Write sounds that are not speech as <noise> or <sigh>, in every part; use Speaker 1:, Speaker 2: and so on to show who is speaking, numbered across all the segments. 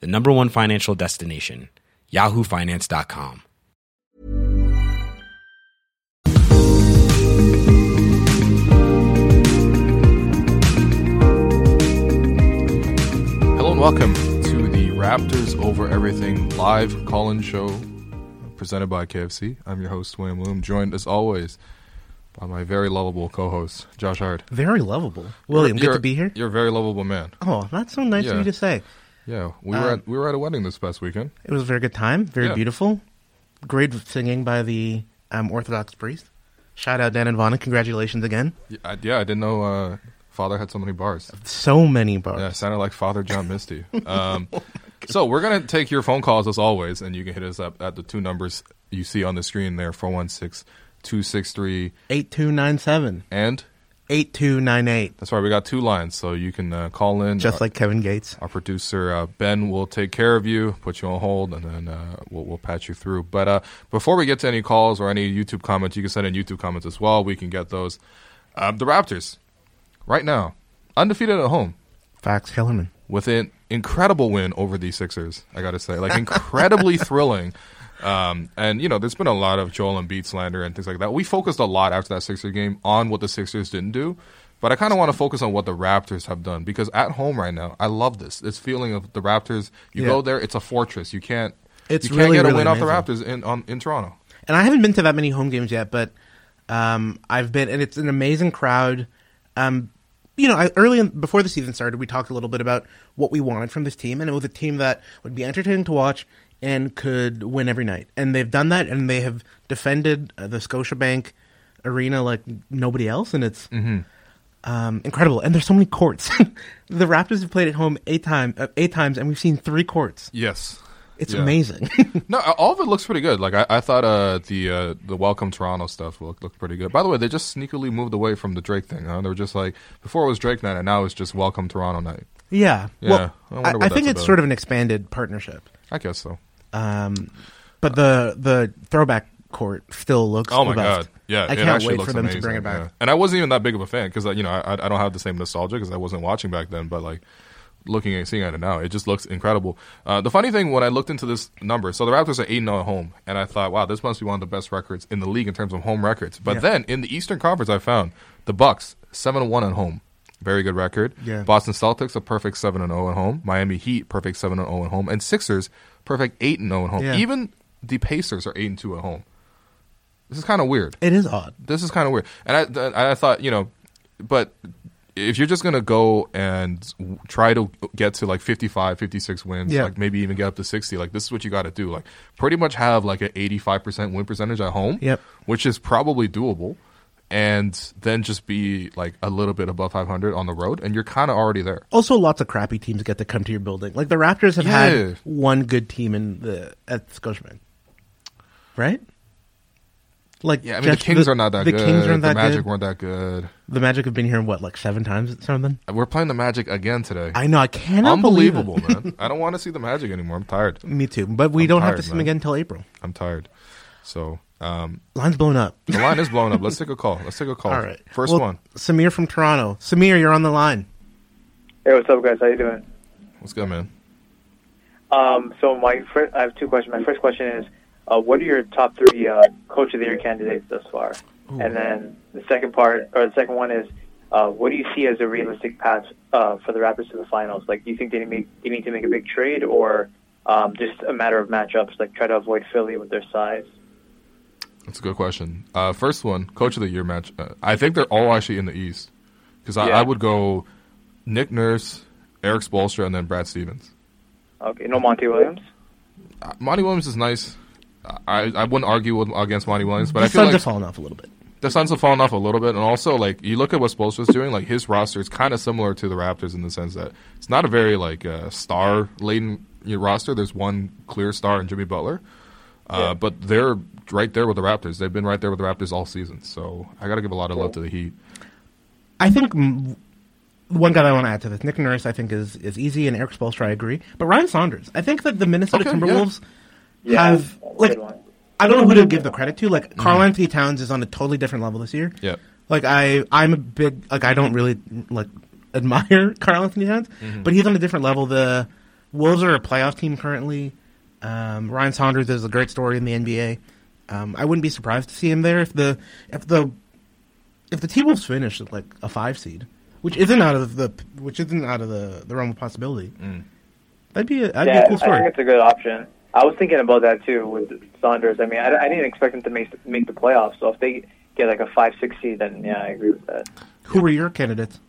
Speaker 1: the number one financial destination, yahoofinance.com.
Speaker 2: Hello and welcome to the Raptors Over Everything live call in show presented by KFC. I'm your host, William Loom, joined as always by my very lovable co host, Josh Hard.
Speaker 3: Very lovable. William, good
Speaker 2: You're-
Speaker 3: to be here.
Speaker 2: You're a very lovable man.
Speaker 3: Oh, that's so nice
Speaker 2: Yeah.
Speaker 3: of you to say.
Speaker 2: Yeah, we were,
Speaker 3: Um,
Speaker 2: at, we were at a wedding this past weekend.
Speaker 3: It was a very good time, very
Speaker 2: Yeah.
Speaker 3: beautiful. Great singing by the um, Orthodox priest. Shout out Dan and Vonna. Congratulations again.
Speaker 2: Yeah, I, yeah, I didn't know uh, Father had so many bars.
Speaker 3: So many bars.
Speaker 2: Yeah, it sounded like Father John Misty. Um, so we're going to take your phone calls as always, and you can hit us up at the two numbers you see on the screen there 416 263
Speaker 3: 8297,
Speaker 2: and.
Speaker 3: 8298.
Speaker 2: That's right. We got two lines, so you can uh, call in.
Speaker 3: Just like Kevin Gates.
Speaker 2: our producer uh, Ben will take care of you, put you on hold, and then uh, we'll, we'll patch you through. But uh, before we get to any calls or any YouTube comments, you can send in YouTube comments as well. We can get those. Uh, the Raptors, right now, undefeated at home
Speaker 3: Fox Kellerman.
Speaker 2: with an incredible win over the Sixers. I got to say, like
Speaker 3: <laughs>
Speaker 2: incredibly thrilling. Um, and you know, there's been a lot of Joel Embiid slander and things like that. We focused a lot after that Sixer game on what the Sixers didn't do, but I kind of want to focus on what the Raptors have done because at home right now, I love this. This feeling of the Raptors. You
Speaker 3: Yeah.
Speaker 2: go there, it's a fortress. You can't.
Speaker 3: It's
Speaker 2: you can't
Speaker 3: really,
Speaker 2: get a
Speaker 3: really
Speaker 2: win off the
Speaker 3: amazing.
Speaker 2: Raptors in on, in Toronto.
Speaker 3: and I haven't been to that many home games yet, but um, I've been, and it's an amazing crowd. Um, you know, I, early in, before the season started, we talked a little bit about what we wanted from this team, and it was a team that would be entertaining to watch and could win every night. And they've done that, and they have defended uh, the Scotiabank Arena like nobody else, and it's
Speaker 2: Mm-hmm.
Speaker 3: um, incredible. And there's so many courts. <laughs> the Raptors have played at home eight time, uh, eight times, and we've seen three courts.
Speaker 2: Yes,
Speaker 3: It's
Speaker 2: Yeah.
Speaker 3: amazing.
Speaker 2: <laughs> No, uh, all of it looks pretty good. Like I, I thought, uh, the uh, the Welcome Toronto stuff looked looked pretty good. By the way, they just sneakily moved away from the Drake thing. Huh? They were just like before it was Drake night, and now it's just Welcome Toronto night.
Speaker 3: Yeah.
Speaker 2: Yeah, I
Speaker 3: Well, I,
Speaker 2: wonder what
Speaker 3: I
Speaker 2: that's
Speaker 3: think it's
Speaker 2: about.
Speaker 3: sort of an expanded partnership.
Speaker 2: I guess so.
Speaker 3: Um, but the the throwback court still looks.
Speaker 2: Oh my
Speaker 3: the best.
Speaker 2: god, yeah,
Speaker 3: I
Speaker 2: it
Speaker 3: can't
Speaker 2: actually
Speaker 3: wait
Speaker 2: looks
Speaker 3: for them
Speaker 2: amazing,
Speaker 3: to bring it back.
Speaker 2: yeah. And I wasn't even that big of a fan because you know I I don't have the same nostalgia because I wasn't watching back then. But like looking at seeing at it now, it just looks incredible. Uh, the funny thing when I looked into this number, so the Raptors are eight and zero at home, and I thought, wow, this must be one of the best records in the league in terms of home records. But
Speaker 3: Yeah.
Speaker 2: then in the Eastern Conference, I found the Bucks seven one at home. Very good record.
Speaker 3: Yeah.
Speaker 2: Boston Celtics a perfect seven and zero at home. Miami Heat perfect seven and zero at home, and Sixers perfect eight and zero at home.
Speaker 3: Yeah.
Speaker 2: Even the Pacers are eight and two at home. This is kind of weird
Speaker 3: It is odd.
Speaker 2: this is kind of weird. And I, th- I thought, you know, but if you're just going to go and w- try to get to like 55, 56 wins,
Speaker 3: Yeah.
Speaker 2: like maybe even get up to 60, like this is what you got to do. Like pretty much have like an 85% win percentage at home,
Speaker 3: Yep.
Speaker 2: which is probably doable. And then just be like a little bit above 500 on the road, and you're kind of already there.
Speaker 3: Also, lots of crappy teams get to come to your building. Like the Raptors have
Speaker 2: Yeah.
Speaker 3: had one good team in the at Scotiabank, right? Like
Speaker 2: Yeah, I mean, the Kings are not that
Speaker 3: the
Speaker 2: good.
Speaker 3: Kings aren't
Speaker 2: the
Speaker 3: that
Speaker 2: Magic
Speaker 3: good.
Speaker 2: weren't that good.
Speaker 3: The Magic have been here what like seven times or something.
Speaker 2: We're playing the Magic again today.
Speaker 3: I know. I cannot believe it.
Speaker 2: Unbelievable, man. <laughs> I don't want to see the Magic anymore. I'm tired.
Speaker 3: Me too. But <laughs> we
Speaker 2: I'm
Speaker 3: don't have
Speaker 2: tired,
Speaker 3: to see
Speaker 2: man.
Speaker 3: them again until April.
Speaker 2: I'm tired. So um,
Speaker 3: Line's blown up.
Speaker 2: the line is blown up. Let's take a call. Let's take a call.
Speaker 3: All right.
Speaker 2: First
Speaker 3: Well,
Speaker 2: one.
Speaker 3: Samir from Toronto. Samir, you're on the line.
Speaker 4: Hey, what's up, guys? How you doing?
Speaker 2: What's good, man?
Speaker 4: Um, so my fir- I have two questions. My first question is, uh, what are your top three uh, coach of the year candidates thus far? And then the second part, or the second one is, uh, what do you see as a realistic path uh, for the Raptors to the finals? Like, do you think they need, make, they need to make a big trade, or um, just a matter of matchups? Like, try to avoid Philly with their size.
Speaker 2: That's a good question. Uh, first one, coach of the year match. Uh, I think they're all actually in the East because I,
Speaker 4: Yeah.
Speaker 2: I would go Nick Nurse, Eric Spoelstra, and then Brad Stevens.
Speaker 4: Okay, no Monty Williams.
Speaker 2: Uh, Monty Williams is nice. I, I wouldn't argue with, against Monty Williams, but
Speaker 3: the
Speaker 2: I feel
Speaker 3: Suns
Speaker 2: like
Speaker 3: have fallen off a little bit.
Speaker 2: the Suns have fallen off a little bit, and also like you look at what Spoelstra's doing, like his roster is kind of similar to the Raptors in the sense that it's not a very like uh, star laden you know, roster. There's one clear star in Jimmy Butler, uh, but they're right there with the Raptors. They've been right there with the Raptors all season. So I got to give a lot of love to the Heat.
Speaker 3: I think mm, one guy that I want to add to this, Nick Nurse, I think is is easy, and Eric Spoelstra, I agree. But Ryan Saunders, I think that the Minnesota
Speaker 2: Okay, yeah.
Speaker 3: Timberwolves
Speaker 4: Yeah,
Speaker 3: have
Speaker 4: that's a
Speaker 3: like
Speaker 4: good one.
Speaker 3: I don't know who to give the
Speaker 2: Mm-hmm.
Speaker 3: credit to. Like Carl Anthony Towns is on a totally different level this year.
Speaker 2: Yeah.
Speaker 3: Like I I'm a big like I don't really like <laughs> admire <laughs> Carl Anthony Towns,
Speaker 2: Mm-hmm.
Speaker 3: but he's on a different level. The Wolves are a playoff team currently. Um, Ryan Saunders is a great story in the NBA. Um, I wouldn't be surprised to see him there if the if the if the T Wolves finish at, like a five seed, which isn't out of the which isn't out of the, the realm of possibility,
Speaker 2: Mm.
Speaker 3: that'd be a, that'd be
Speaker 4: Yeah,
Speaker 3: a cool
Speaker 4: I
Speaker 3: story.
Speaker 4: think it's a good option. I was thinking about that too with Saunders. I mean, I, I didn't expect them to make make the playoffs. So if they get like a five six seed, then yeah, I agree with that.
Speaker 3: Who were your candidates?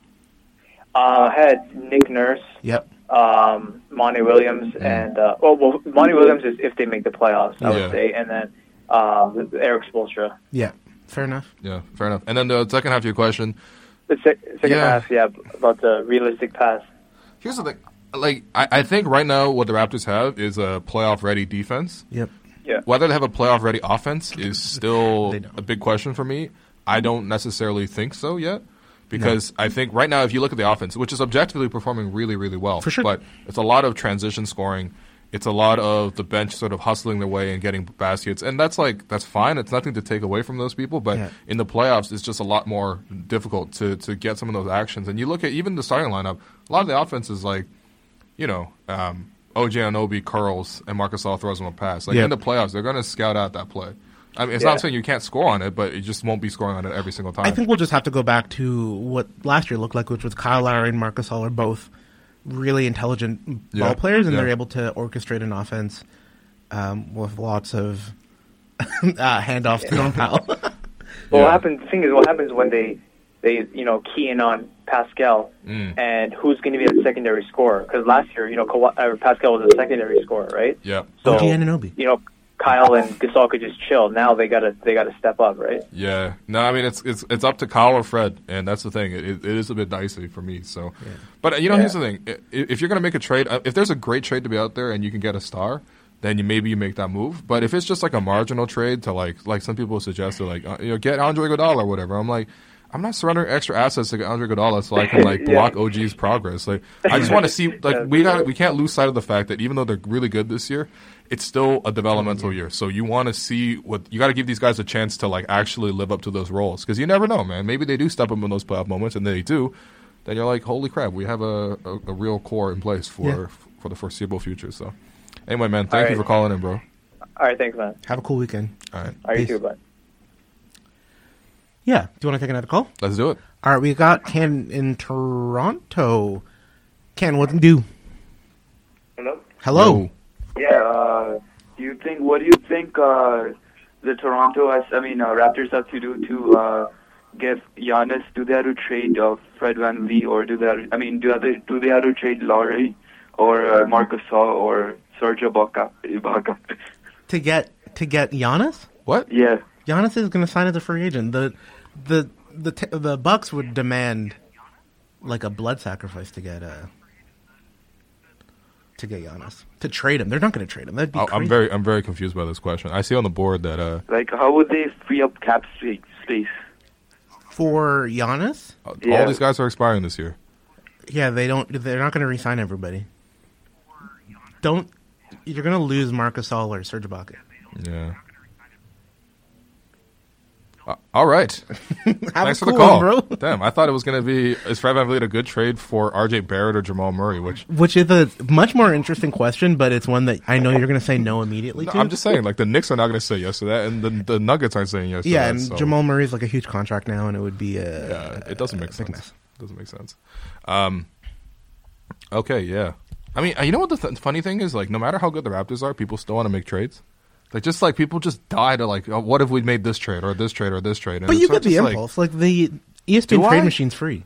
Speaker 4: Uh, I had Nick Nurse,
Speaker 3: Yep.
Speaker 4: um, Monty Williams,
Speaker 2: Mm-hmm.
Speaker 4: and uh, well, well, Monty Williams is if they make the playoffs, I
Speaker 2: Yeah.
Speaker 4: would say, and then um, Eric Spoelstra.
Speaker 3: Yeah. Fair enough.
Speaker 2: Yeah, fair enough. And then the second half of your question,
Speaker 4: The sec- second
Speaker 2: Yeah.
Speaker 4: half, yeah, about the realistic pass.
Speaker 2: here's the thing. Like I, I think right now what the Raptors have is a playoff ready defense.
Speaker 3: Yep.
Speaker 4: Yeah,
Speaker 2: Whether they have a playoff ready offense
Speaker 3: <laughs>
Speaker 2: is still
Speaker 3: They don't.
Speaker 2: a big question for me. I don't necessarily think so yet because I think right now, if you look at the offense, which is objectively performing really, really well,
Speaker 3: For sure.
Speaker 2: but it's a lot of transition scoring. It's a lot of the bench sort of hustling their way and getting baskets, and that's like that's fine. It's nothing to take away from those people, but
Speaker 3: Yeah.
Speaker 2: in the playoffs, it's just a lot more difficult to to get some of those actions. And you look at even the starting lineup. A lot of the offense is like you know, um, OJ Anobi curls and Marcus All throws him a pass. Like
Speaker 3: Yeah.
Speaker 2: in the playoffs, they're going to scout out that play. I mean, it's
Speaker 4: Yeah.
Speaker 2: not saying you can't score on it, but you just won't be scoring on it every single time.
Speaker 3: I think we'll just have to go back to what last year looked like, which was Kyle Lowry and Marcus Hall are both really intelligent
Speaker 2: Yeah.
Speaker 3: ball players, and
Speaker 2: Yeah.
Speaker 3: they're able to orchestrate an offense um, with lots of <laughs> uh, handoffs to Norm Powell.
Speaker 4: Well,
Speaker 2: Yeah.
Speaker 4: what happens? The thing is, what happens when they they you know key in on Pascal
Speaker 2: Mm.
Speaker 4: <laughs> and who's going to be the secondary scorer? Because last year, you know, Kawhi, or Pascal was a secondary scorer, right?
Speaker 2: Yeah.
Speaker 4: So
Speaker 3: OG Anunoby.
Speaker 4: you know, Kyle and Gasol could just chill. Now they gotta they gotta step up, right?
Speaker 2: Yeah. No, I mean it's it's it's up to Kyle or Fred, and that's the thing. It, it, it is a bit dicey for me. So, but uh, you know, here's the thing: I- if you're going to make a trade, uh, if there's a great trade to be out there and you can get a star, then you maybe you make that move. But if it's just like a marginal trade to like like some people suggested, like uh, you know, get Andre Godal or whatever. I'm like. I'm not surrendering extra assets to get Andre Godala so I can like
Speaker 4: Yeah.
Speaker 2: block OG's progress. Like I just want to see like we got we can't lose sight of the fact that even though they're really good this year, it's still a developmental year. So you want to see what you got to give these guys a chance to like actually live up to those roles because you never know, man. Maybe they do step up in those playoff moments, and they do. Then you're like, holy crap, we have a, a, a real core in place for
Speaker 3: Yeah.
Speaker 2: for the foreseeable future. So anyway, man, thank you
Speaker 4: right.
Speaker 2: for calling in, bro.
Speaker 4: All right, thanks, man.
Speaker 3: have a cool weekend.
Speaker 2: All right,
Speaker 4: All right, you
Speaker 3: Peace.
Speaker 4: too, bud.
Speaker 3: Yeah. Do you want to take another call?
Speaker 2: let's do it.
Speaker 3: All right, we got Ken in Toronto. Ken, what do you do?
Speaker 5: Hello.
Speaker 3: Hello.
Speaker 2: Yo.
Speaker 5: Yeah. Uh, do you think? What do you think? Uh, the Toronto, has, I mean, uh, Raptors have to do to uh, give Giannis. Do they have to trade uh, Fred Van Lee, or do they? Have, I mean, do they do they have to trade Laurie or uh, Marcus Saul or Sergio Ibaka? Ibaka. <laughs>
Speaker 3: To get to get Giannis?
Speaker 2: What?
Speaker 5: yeah.
Speaker 3: Giannis is going to sign as a free agent. The the the t- the Bucks would demand like a blood sacrifice to get uh to get Giannis to trade him. They're not going to trade him. That'd be
Speaker 2: I,
Speaker 3: crazy.
Speaker 2: I'm very I'm very confused by this question. I see on the board that uh,
Speaker 5: Like, how would they free up cap spa- space?
Speaker 3: for Giannis.
Speaker 2: Uh, all
Speaker 5: Yeah.
Speaker 2: these guys are expiring this year.
Speaker 3: Yeah, they don't. They're not going to re-sign everybody. Don't. You're going to lose Marcus All or Serge Ibaka.
Speaker 2: Yeah. Uh, all
Speaker 3: <laughs>
Speaker 2: right.
Speaker 3: Have
Speaker 2: Thanks for
Speaker 3: a
Speaker 2: the
Speaker 3: cool
Speaker 2: call,
Speaker 3: one,
Speaker 2: <laughs>
Speaker 3: bro.
Speaker 2: Damn, I thought it was going to be is Fred VanVleet a good trade for R.J. Barrett or Jamal Murray? Which
Speaker 3: Which is a much more interesting question, but it's one that I know you're going to say no immediately.
Speaker 2: no,
Speaker 3: to.
Speaker 2: I'm just saying, like the Knicks are not going to say yes to that, and the the Nuggets aren't saying yes. to
Speaker 3: yeah,
Speaker 2: that,
Speaker 3: and
Speaker 2: uh, so,
Speaker 3: Jamal Murray's like a huge contract now, and it would be a
Speaker 2: Yeah, it doesn't make
Speaker 3: a
Speaker 2: sense.
Speaker 3: big mess.
Speaker 2: Doesn't make sense. Um. Okay. Yeah. I mean, uh, you know what the th- funny thing is? Like, no matter how good the Raptors are, people still want to make trades. Like, just like people just die to like, oh, what if we made this trade or this trade or this trade? And
Speaker 3: But you
Speaker 2: it's not
Speaker 3: get the
Speaker 2: just, like,
Speaker 3: impulse, like, the E
Speaker 2: Do
Speaker 3: ESPN trade
Speaker 2: I?
Speaker 3: machine's free.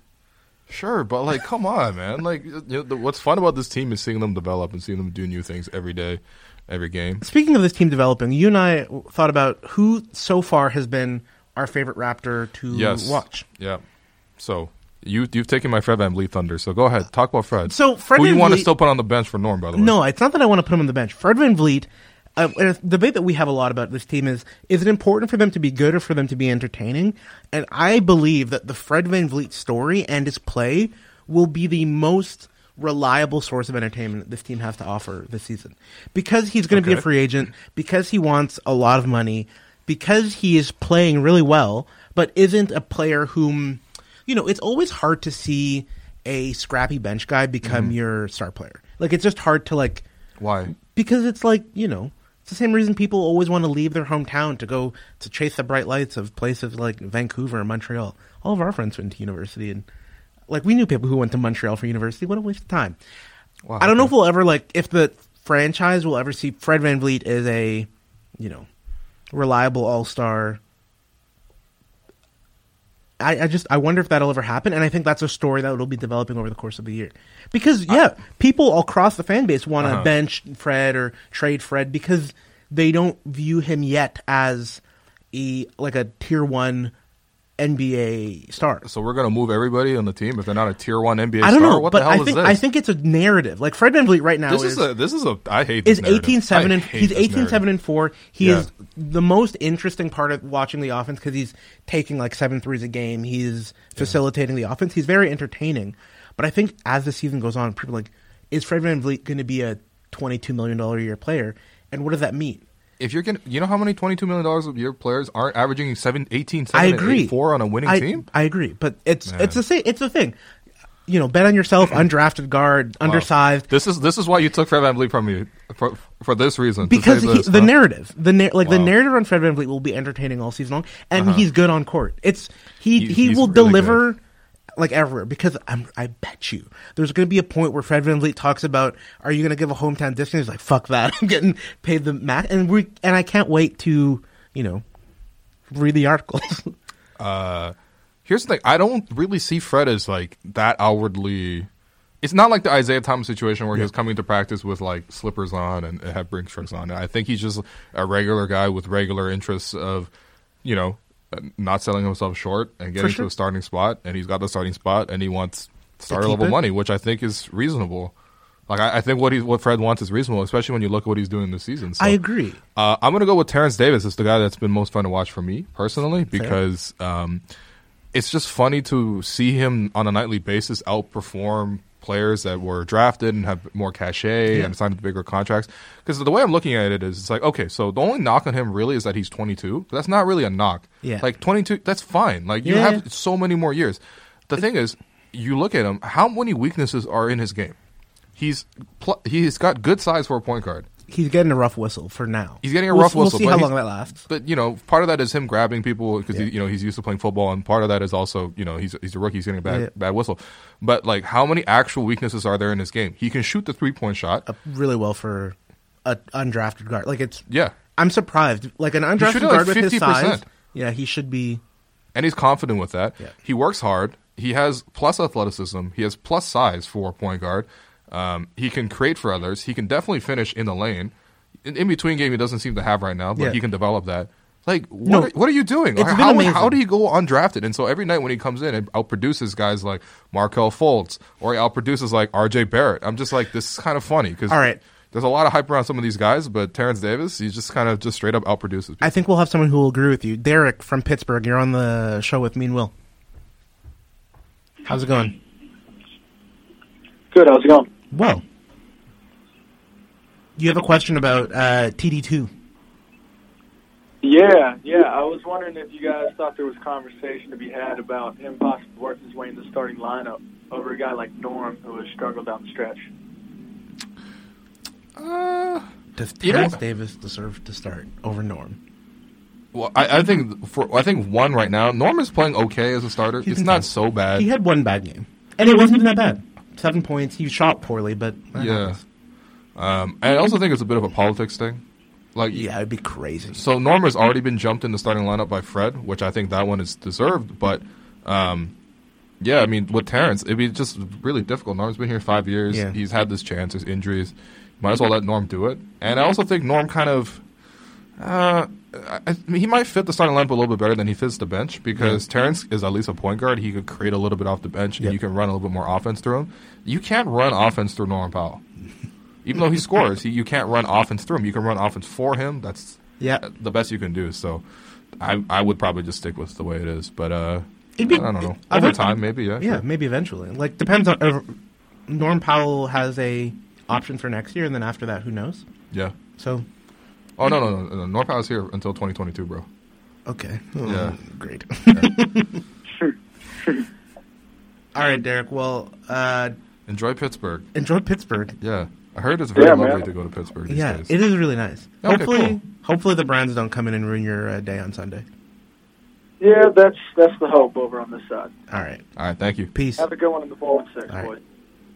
Speaker 2: Sure, but like, come on, man! Like, you know, the, what's fun about this team is seeing them develop and seeing them do new things every day, every game.
Speaker 3: Speaking of this team developing, you and I thought about who so far has been our favorite Raptor to
Speaker 2: Yes.
Speaker 3: watch.
Speaker 2: Yeah. So you you've taken my Fred Van Vliet thunder. So go ahead, talk about Fred.
Speaker 3: So, Fred
Speaker 2: who you
Speaker 3: Van
Speaker 2: want to
Speaker 3: Vliet-
Speaker 2: still put on the bench for Norm? By the way,
Speaker 3: No, it's not that I want to put him on the bench. Fred Van Vliet, uh, a debate that we have a lot about this team is is it important for them to be good or for them to be entertaining? And I believe that the Fred Van Vliet story and his play will be the most reliable source of entertainment this team has to offer this season. Because he's going to be a
Speaker 2: Okay.
Speaker 3: free agent, because he wants a lot of money, because he is playing really well, but isn't a player whom, you know, it's always hard to see a scrappy bench guy become your star player. Like it's just hard to like
Speaker 2: Why?
Speaker 3: because it's like you know it's the same reason people always want to leave their hometown to go to chase the bright lights of places like Vancouver and Montreal. All of our friends went to university and like we knew people who went to Montreal for university. What a waste of time! I don't know if we'll ever like if the franchise will ever see Fred Van VanVleet as a you know reliable all star. I, I just I wonder if that'll ever happen, and I think that's a story that will be developing over the course of the year. Because yeah, people across the fan base want to bench Fred or trade Fred because they don't view him yet as a like a tier one NBA star.
Speaker 2: So we're gonna move everybody on the team if they're not a tier one NBA
Speaker 3: I don't
Speaker 2: star.
Speaker 3: know,
Speaker 2: what
Speaker 3: but
Speaker 2: the hell
Speaker 3: I
Speaker 2: is
Speaker 3: think
Speaker 2: this?
Speaker 3: I think it's a narrative. Like Fred VanVleet right now
Speaker 2: this
Speaker 3: is
Speaker 2: is a this is a I hate this
Speaker 3: is
Speaker 2: narrative.
Speaker 3: 18 7
Speaker 2: I
Speaker 3: and
Speaker 2: hate
Speaker 3: he's
Speaker 2: this
Speaker 3: 18 7
Speaker 2: narrative.
Speaker 3: and 4 he
Speaker 2: Yeah.
Speaker 3: is the most interesting part of watching the offense because he's taking like seven threes a game he's facilitating the offense he's very entertaining but i think as the season goes on people are like is fred van vliet going to be a 22 million dollar a year player and what does that mean
Speaker 2: If you're getting, you know how many twenty two million dollars of your players aren't averaging seven, 18,
Speaker 3: i
Speaker 2: 7, and
Speaker 3: agree
Speaker 2: 8-4 on a winning
Speaker 3: I,
Speaker 2: team?
Speaker 3: i agree but it's it's the same it's the thing you know bet
Speaker 2: <clears throat>
Speaker 3: on yourself undrafted guard undersized
Speaker 2: This is this is why you took Fred VanVleet from me for, for this reason. to
Speaker 3: because
Speaker 2: say
Speaker 3: he,
Speaker 2: this,
Speaker 3: the
Speaker 2: huh?
Speaker 3: narrative, the nar- like
Speaker 2: Wow.
Speaker 3: the
Speaker 2: Uh-huh.
Speaker 3: narrative on Fred VanVleet will be entertaining all season long, and he's good on court. It's he he,
Speaker 2: He- he's
Speaker 3: will
Speaker 2: really
Speaker 3: deliver like everywhere because I'm, I bet you there's going to be a point where Fred VanVleet talks about are you going to give a hometown discount? He's like fuck that, <laughs> I'm getting paid the max, and we and I can't wait to you know read the articles. <laughs>
Speaker 2: Uh, Here's the thing: I don't really see Fred as like that outwardly. It's not like the Isaiah Thomas situation where he was coming to practice with like slippers on and have brink shirts on. I think he's just a regular guy with regular interests of, you know, uh, not selling himself short and getting
Speaker 3: sure.
Speaker 2: to a starting spot, and he's got the starting spot, and he wants starter
Speaker 3: keep
Speaker 2: level
Speaker 3: it?
Speaker 2: money, which I think is reasonable. Like I, I think what he what Fred wants is reasonable, especially when you look at what he's doing this season. So,
Speaker 3: I agree.
Speaker 2: uh, I'm gonna go with Terrence Davis. It's the guy that's been most fun to watch for me personally because um, it's just funny to see him on a nightly basis outperform players that were drafted and have more cachet and signed to bigger contracts. Because the way I'm looking at it is, it's like okay, so the only knock on him really is that he's 22. But that's not really a knock.
Speaker 3: Yeah.
Speaker 2: like 22, that's fine. Like you
Speaker 3: Yeah.
Speaker 2: have so many more years. The thing is, you look at him. How many weaknesses are in his game? He's pl- he's got good size for a point guard.
Speaker 3: He's getting a rough whistle for now.
Speaker 2: He's getting a
Speaker 3: We'll-
Speaker 2: rough whistle.
Speaker 3: We'll see
Speaker 2: but
Speaker 3: how
Speaker 2: he's-
Speaker 3: long that lasts.
Speaker 2: But you know, part of that is him grabbing people because you know he's used to playing football, and part of that is also you know he's he's a rookie, he's getting a bad
Speaker 3: Yeah.
Speaker 2: bad whistle. But like, how many actual weaknesses are there in his game? He can shoot the three point shot.
Speaker 3: Really well for a undrafted guard. Like it's
Speaker 2: yeah,
Speaker 3: I'm surprised. Like an undrafted
Speaker 2: should have,
Speaker 3: guard
Speaker 2: like,
Speaker 3: with
Speaker 2: 50%.
Speaker 3: his size. Yeah, he should be.
Speaker 2: and he's confident with that.
Speaker 3: Yeah.
Speaker 2: He works hard. He has plus athleticism. He has plus size for a point guard. Um, he can create for others. He can definitely finish in the lane. In, in between game, he doesn't seem to have right now, but
Speaker 3: Yeah.
Speaker 2: he can develop that. Like, what,
Speaker 3: No.
Speaker 2: are, what are you doing?
Speaker 3: It's
Speaker 2: Like,
Speaker 3: been
Speaker 2: how,
Speaker 3: amazing.
Speaker 2: how do you go undrafted? And so every night when he comes in, it outproduces guys like Markel Fultz or he outproduces like RJ Barrett. I'm just like, this is kind of funny because
Speaker 3: All right.
Speaker 2: there's a lot of hype around some of these guys, but Terrence Davis, he just kind of just straight up outproduces. people.
Speaker 3: I think we'll have someone who will agree with you. Derek from Pittsburgh, you're on the show with me and Will. How's it going?
Speaker 4: Good. How's it going?
Speaker 3: Well, you have a question about uh, TD2.
Speaker 6: Yeah, yeah. I was wondering if you guys thought there was conversation to be had about him possibly working his way in the starting lineup over a guy like Norm who has struggled down the stretch.
Speaker 3: Does
Speaker 2: You know-
Speaker 3: Terrence Davis deserve to start over Norm?
Speaker 2: Well, I, I think for I think one right now. Norm is playing okay as a starter.
Speaker 3: He's
Speaker 2: it's not
Speaker 3: okay.
Speaker 2: so bad.
Speaker 3: He had one bad game, and it wasn't even that bad. Seven points. He shot poorly, but that
Speaker 2: yeah.
Speaker 3: happens.
Speaker 2: Um, and I also think it's a bit of a politics thing. Like,
Speaker 3: yeah, it'd be crazy.
Speaker 2: so Norm has already been jumped in the starting lineup by Fred, which I think that one is deserved. But, um, yeah, I mean, with Terrence, it'd be just really difficult. Norm's been here five years.
Speaker 3: Yeah.
Speaker 2: He's had this chance. His injuries. Might as well let Norm do it. And I also think Norm kind of. Uh, I, I mean, he might fit the starting lineup a little bit better than he fits the bench because Terrence is at least a point guard. He could create a little bit off the bench,
Speaker 7: Yep.
Speaker 2: and you can run a little bit more offense through him. You can't run offense through Norman Powell, even though he scores. He, you can't run offense through him. You can run offense for him. That's
Speaker 3: Yeah.
Speaker 2: the best you can do. So, I I would probably just stick with the way it is. But uh,
Speaker 3: It'd be-
Speaker 2: I don't know.
Speaker 3: I've
Speaker 2: Over
Speaker 3: heard-
Speaker 2: time, maybe yeah.
Speaker 3: Yeah,
Speaker 2: sure.
Speaker 3: maybe eventually. Like depends on uh, Norm Powell has a option for next year, and then after that, who knows?
Speaker 2: yeah.
Speaker 3: So
Speaker 2: Oh no no no no! North Powell's here until 2022, bro.
Speaker 3: okay,
Speaker 2: Yeah. <laughs>
Speaker 3: great. <laughs> All right, Derek. Well, uh,
Speaker 2: Enjoy Pittsburgh.
Speaker 3: enjoy Pittsburgh.
Speaker 2: Yeah, I heard it's very
Speaker 6: Yeah,
Speaker 2: lovely
Speaker 6: man.
Speaker 2: to go to Pittsburgh these
Speaker 3: Yeah,
Speaker 2: days.
Speaker 3: it is really nice.
Speaker 2: Okay,
Speaker 3: hopefully,
Speaker 2: cool.
Speaker 3: hopefully the Browns don't come in and ruin your uh, day on Sunday.
Speaker 6: Yeah, that's that's the hope over on this side.
Speaker 3: All right,
Speaker 2: All right, thank you.
Speaker 3: peace.
Speaker 6: Have a good one in the ball and six,
Speaker 3: All right.
Speaker 6: boys.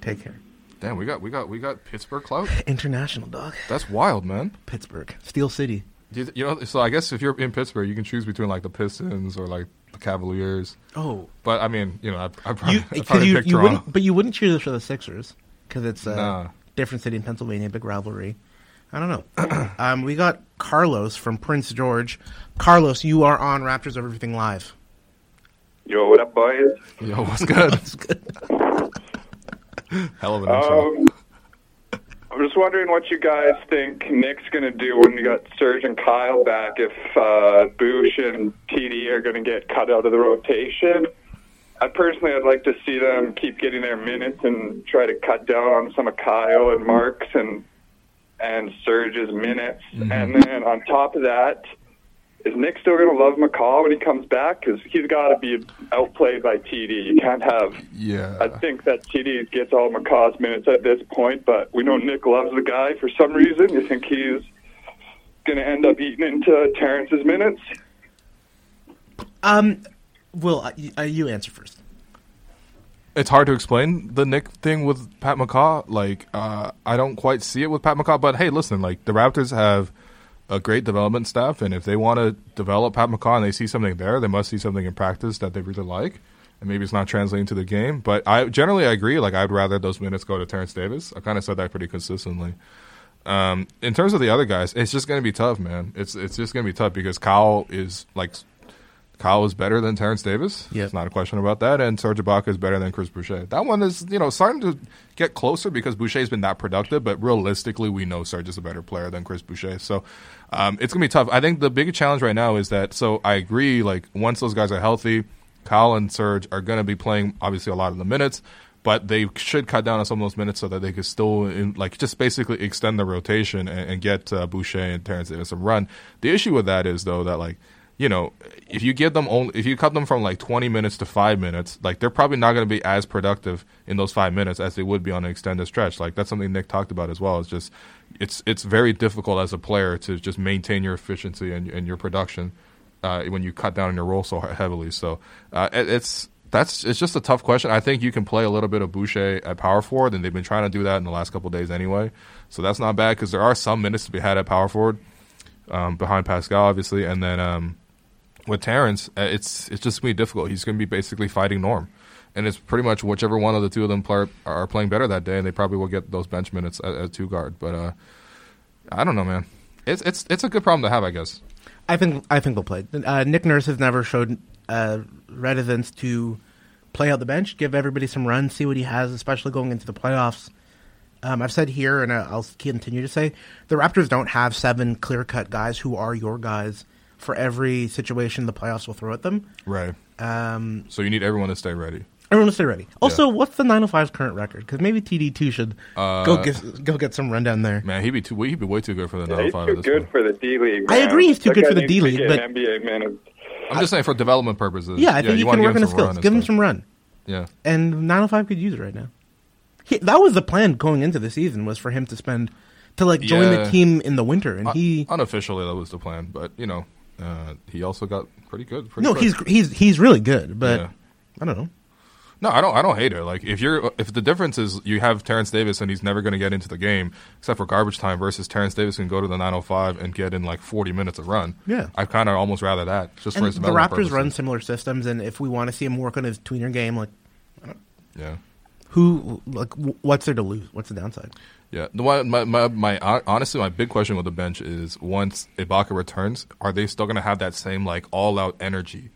Speaker 3: Take care.
Speaker 2: Damn, we got we got we got Pittsburgh clout.
Speaker 3: <laughs> International dog,
Speaker 2: That's wild, man.
Speaker 3: Pittsburgh, Steel City.
Speaker 2: Do You, you know, so I guess if you're in Pittsburgh, you can choose between like the Pistons or like the Cavaliers.
Speaker 3: Oh,
Speaker 2: But I mean, you know, I, I probably,
Speaker 3: you,
Speaker 2: I
Speaker 3: cause
Speaker 2: probably
Speaker 3: you,
Speaker 2: picked
Speaker 3: you
Speaker 2: Toronto.
Speaker 3: wouldn't, but you wouldn't cheer for the Sixers because it's a
Speaker 2: Nah.
Speaker 3: different city in Pennsylvania, big rivalry. I don't know. <clears throat> um, we got Carlos from Prince George. Carlos, you are on Raptors of Everything Live.
Speaker 8: Yo, what up, boys?
Speaker 2: Yo, what's good? Hell of an intro.
Speaker 8: Um, I'm just wondering what you guys think Nick's going to do when you got Serge and Kyle back, if uh, Boosh and TD are going to get cut out of the rotation. I personally, I'd like to see them keep getting their minutes and try to cut down on some of Kyle and Mark's and and Serge's minutes. And then on top of that, is Nick still going to love McCall when he comes back? Because he's got to be outplayed by TD. You can't have I
Speaker 2: Yeah.
Speaker 8: think that TD gets all McCaw's minutes at this point, but we know Nick loves the guy for some reason. You think he's going to end up eating into Terrence's minutes?
Speaker 3: Um, Will, uh, y- uh, you answer first.
Speaker 2: It's hard to explain the Nick thing with Pat McCaw. Like, uh, I don't quite see it with Pat McCaw, but hey, listen, like, the Raptors have a great development staff, and if they want to develop Pat McCaw and they see something there, they must see something in practice that they really like. And maybe it's not translating to the game, but I generally I agree. Like, I'd rather those minutes go to Terrence Davis. I kind of said that pretty consistently. Um, in terms of the other guys, it's just going to be tough, man. It's it's just going to be tough because Kyle is like Kyle is better than Terrence Davis.
Speaker 3: Yep.
Speaker 2: It's not a question about that. And Serge Ibaka is better than Chris Boucher. That one is you know starting to get closer because Boucher's been that productive. But realistically, we know Serge is a better player than Chris Boucher. So um, it's going to be tough. I think the big challenge right now is that. So I agree. Like once those guys are healthy, Kyle and Serge are going to be playing obviously a lot of the minutes, but they should cut down on some of those minutes so that they could still in, like just basically extend the rotation and, and get uh, Boucher and Terrence Davis some run. The issue with that is though that like you know if you give them only if you cut them from like 20 minutes to five minutes like they're probably not going to be as productive in those five minutes as they would be on an extended stretch like that's something nick talked about as well it's just it's it's very difficult as a player to just maintain your efficiency and, and your production uh, when you cut down on your role so <laughs> he- heavily. So uh, it, it's that's it's just a tough question. I think you can play a little bit of Boucher at power forward, and they've been trying to do that in the last couple of days anyway. So that's not bad because there are some minutes to be had at power forward um, behind Pascal, obviously, and then um, with Terrence, uh, it's it's just gonna be difficult. He's gonna be basically fighting Norm, and it's pretty much whichever one of the two of them play, are playing better that day, and they probably will get those bench minutes at, at two guard. But uh, I don't know, man. It's it's it's a good problem to have, I guess.
Speaker 3: I think I think they'll play. Uh, Nick Nurse has never showed uh, reticence to play out the bench, give everybody some runs, see what he has, especially going into the playoffs. Um, I've said here, and I- I'll continue to say, the Raptors don't have seven clear cut guys who are your guys for every situation the playoffs will throw at them.
Speaker 2: Right.
Speaker 3: Um,
Speaker 2: So you need everyone to stay ready.
Speaker 3: everyone stay ready. Also, what's the 905's current record? Because maybe TD2 should go, get, go get some rundown there.
Speaker 2: Uh, Man, he'd be too. He'd be way too good for the
Speaker 8: he's
Speaker 2: 905
Speaker 8: too
Speaker 2: at this
Speaker 8: good
Speaker 2: point.
Speaker 8: for the D League.
Speaker 3: I agree he's too good for the D-League, but-
Speaker 8: NBA minutes.
Speaker 2: I'm just saying for development purposes.
Speaker 3: Yeah, I think you
Speaker 2: wanna
Speaker 3: can
Speaker 2: give
Speaker 3: work on
Speaker 2: him
Speaker 3: his
Speaker 2: some run
Speaker 3: skills.
Speaker 2: and
Speaker 3: Give him
Speaker 2: stuff.
Speaker 3: some run.
Speaker 2: Yeah.
Speaker 3: and 905 could use it right now. He, that was the plan going into the season was for him to spend to like join the
Speaker 2: Yeah.
Speaker 3: team in the winter, and he
Speaker 2: unofficially that was the plan, but you know, uh, he also got pretty good. Pretty
Speaker 3: no,
Speaker 2: quick.
Speaker 3: he's he's he's really good, but
Speaker 2: Yeah.
Speaker 3: I don't know.
Speaker 2: No, I don't. I don't hate it. Like if you're, if the difference is you have Terrence Davis and he's never going to get into the game except for garbage time versus Terrence Davis can go to the 905 and get in like 40 minutes of run.
Speaker 3: Yeah.
Speaker 2: I kind of almost rather that just for
Speaker 3: And
Speaker 2: his
Speaker 3: the
Speaker 2: development
Speaker 3: Raptors
Speaker 2: purposes.
Speaker 3: run similar systems, and if we want to see him work on his tweener game, like
Speaker 2: Yeah.
Speaker 3: who, like wh- what's there to lose? What's the downside?
Speaker 2: Yeah. The one, my, my, my, honestly, my big question with the bench is once Ibaka returns, are they still going to have that same like all out energy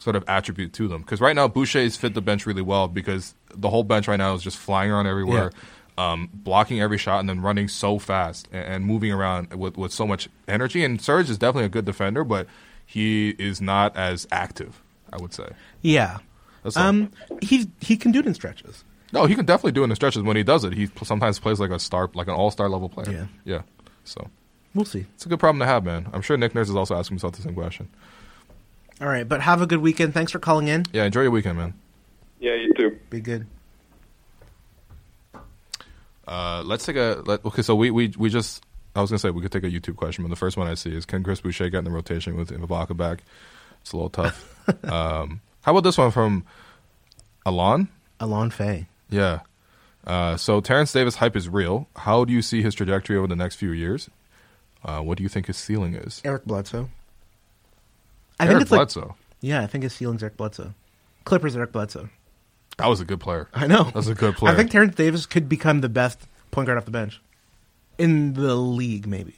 Speaker 2: sort of attribute to them? Because right now, Boucher's fit the bench really well because the whole bench right now is just flying around everywhere, um, blocking every shot and then running so fast and, and moving around with, with so much energy. And Serge is definitely a good defender, but he is not as active, I would say.
Speaker 3: Yeah.
Speaker 2: That's all.
Speaker 3: Um, he he can do it in stretches.
Speaker 2: No, he can definitely do it in the stretches. When he does it, he pl- sometimes plays like a star, like an all-star level player.
Speaker 3: Yeah.
Speaker 2: yeah. So
Speaker 3: We'll see.
Speaker 2: it's a good problem to have, man. I'm sure Nick Nurse is also asking himself the same question.
Speaker 3: All right, but have a good weekend. Thanks for calling in.
Speaker 2: Yeah, enjoy your weekend, man.
Speaker 8: Yeah, you too.
Speaker 3: Be good.
Speaker 2: Uh, let's take a. Let, okay, so we, we we just. I was gonna say we could take a YouTube question, but the first one I see is can Chris Boucher get in the rotation with Ibaka back? It's a little tough.
Speaker 3: <laughs>
Speaker 2: um, how about this one from Alon?
Speaker 3: Alon Faye.
Speaker 2: Yeah. Uh, so Terrence Davis hype is real. How do you see his trajectory over the next few years? Uh, what do you think his ceiling is?
Speaker 3: Eric Bledsoe. I
Speaker 2: Eric
Speaker 3: think it's
Speaker 2: Bledsoe.
Speaker 3: like yeah, I think his ceiling's Eric Bledsoe. Clippers Eric Bledsoe.
Speaker 2: That was a good player.
Speaker 3: I know.
Speaker 2: That's a good player.
Speaker 3: I think Terrence Davis could become the best point guard off the bench in the league, maybe.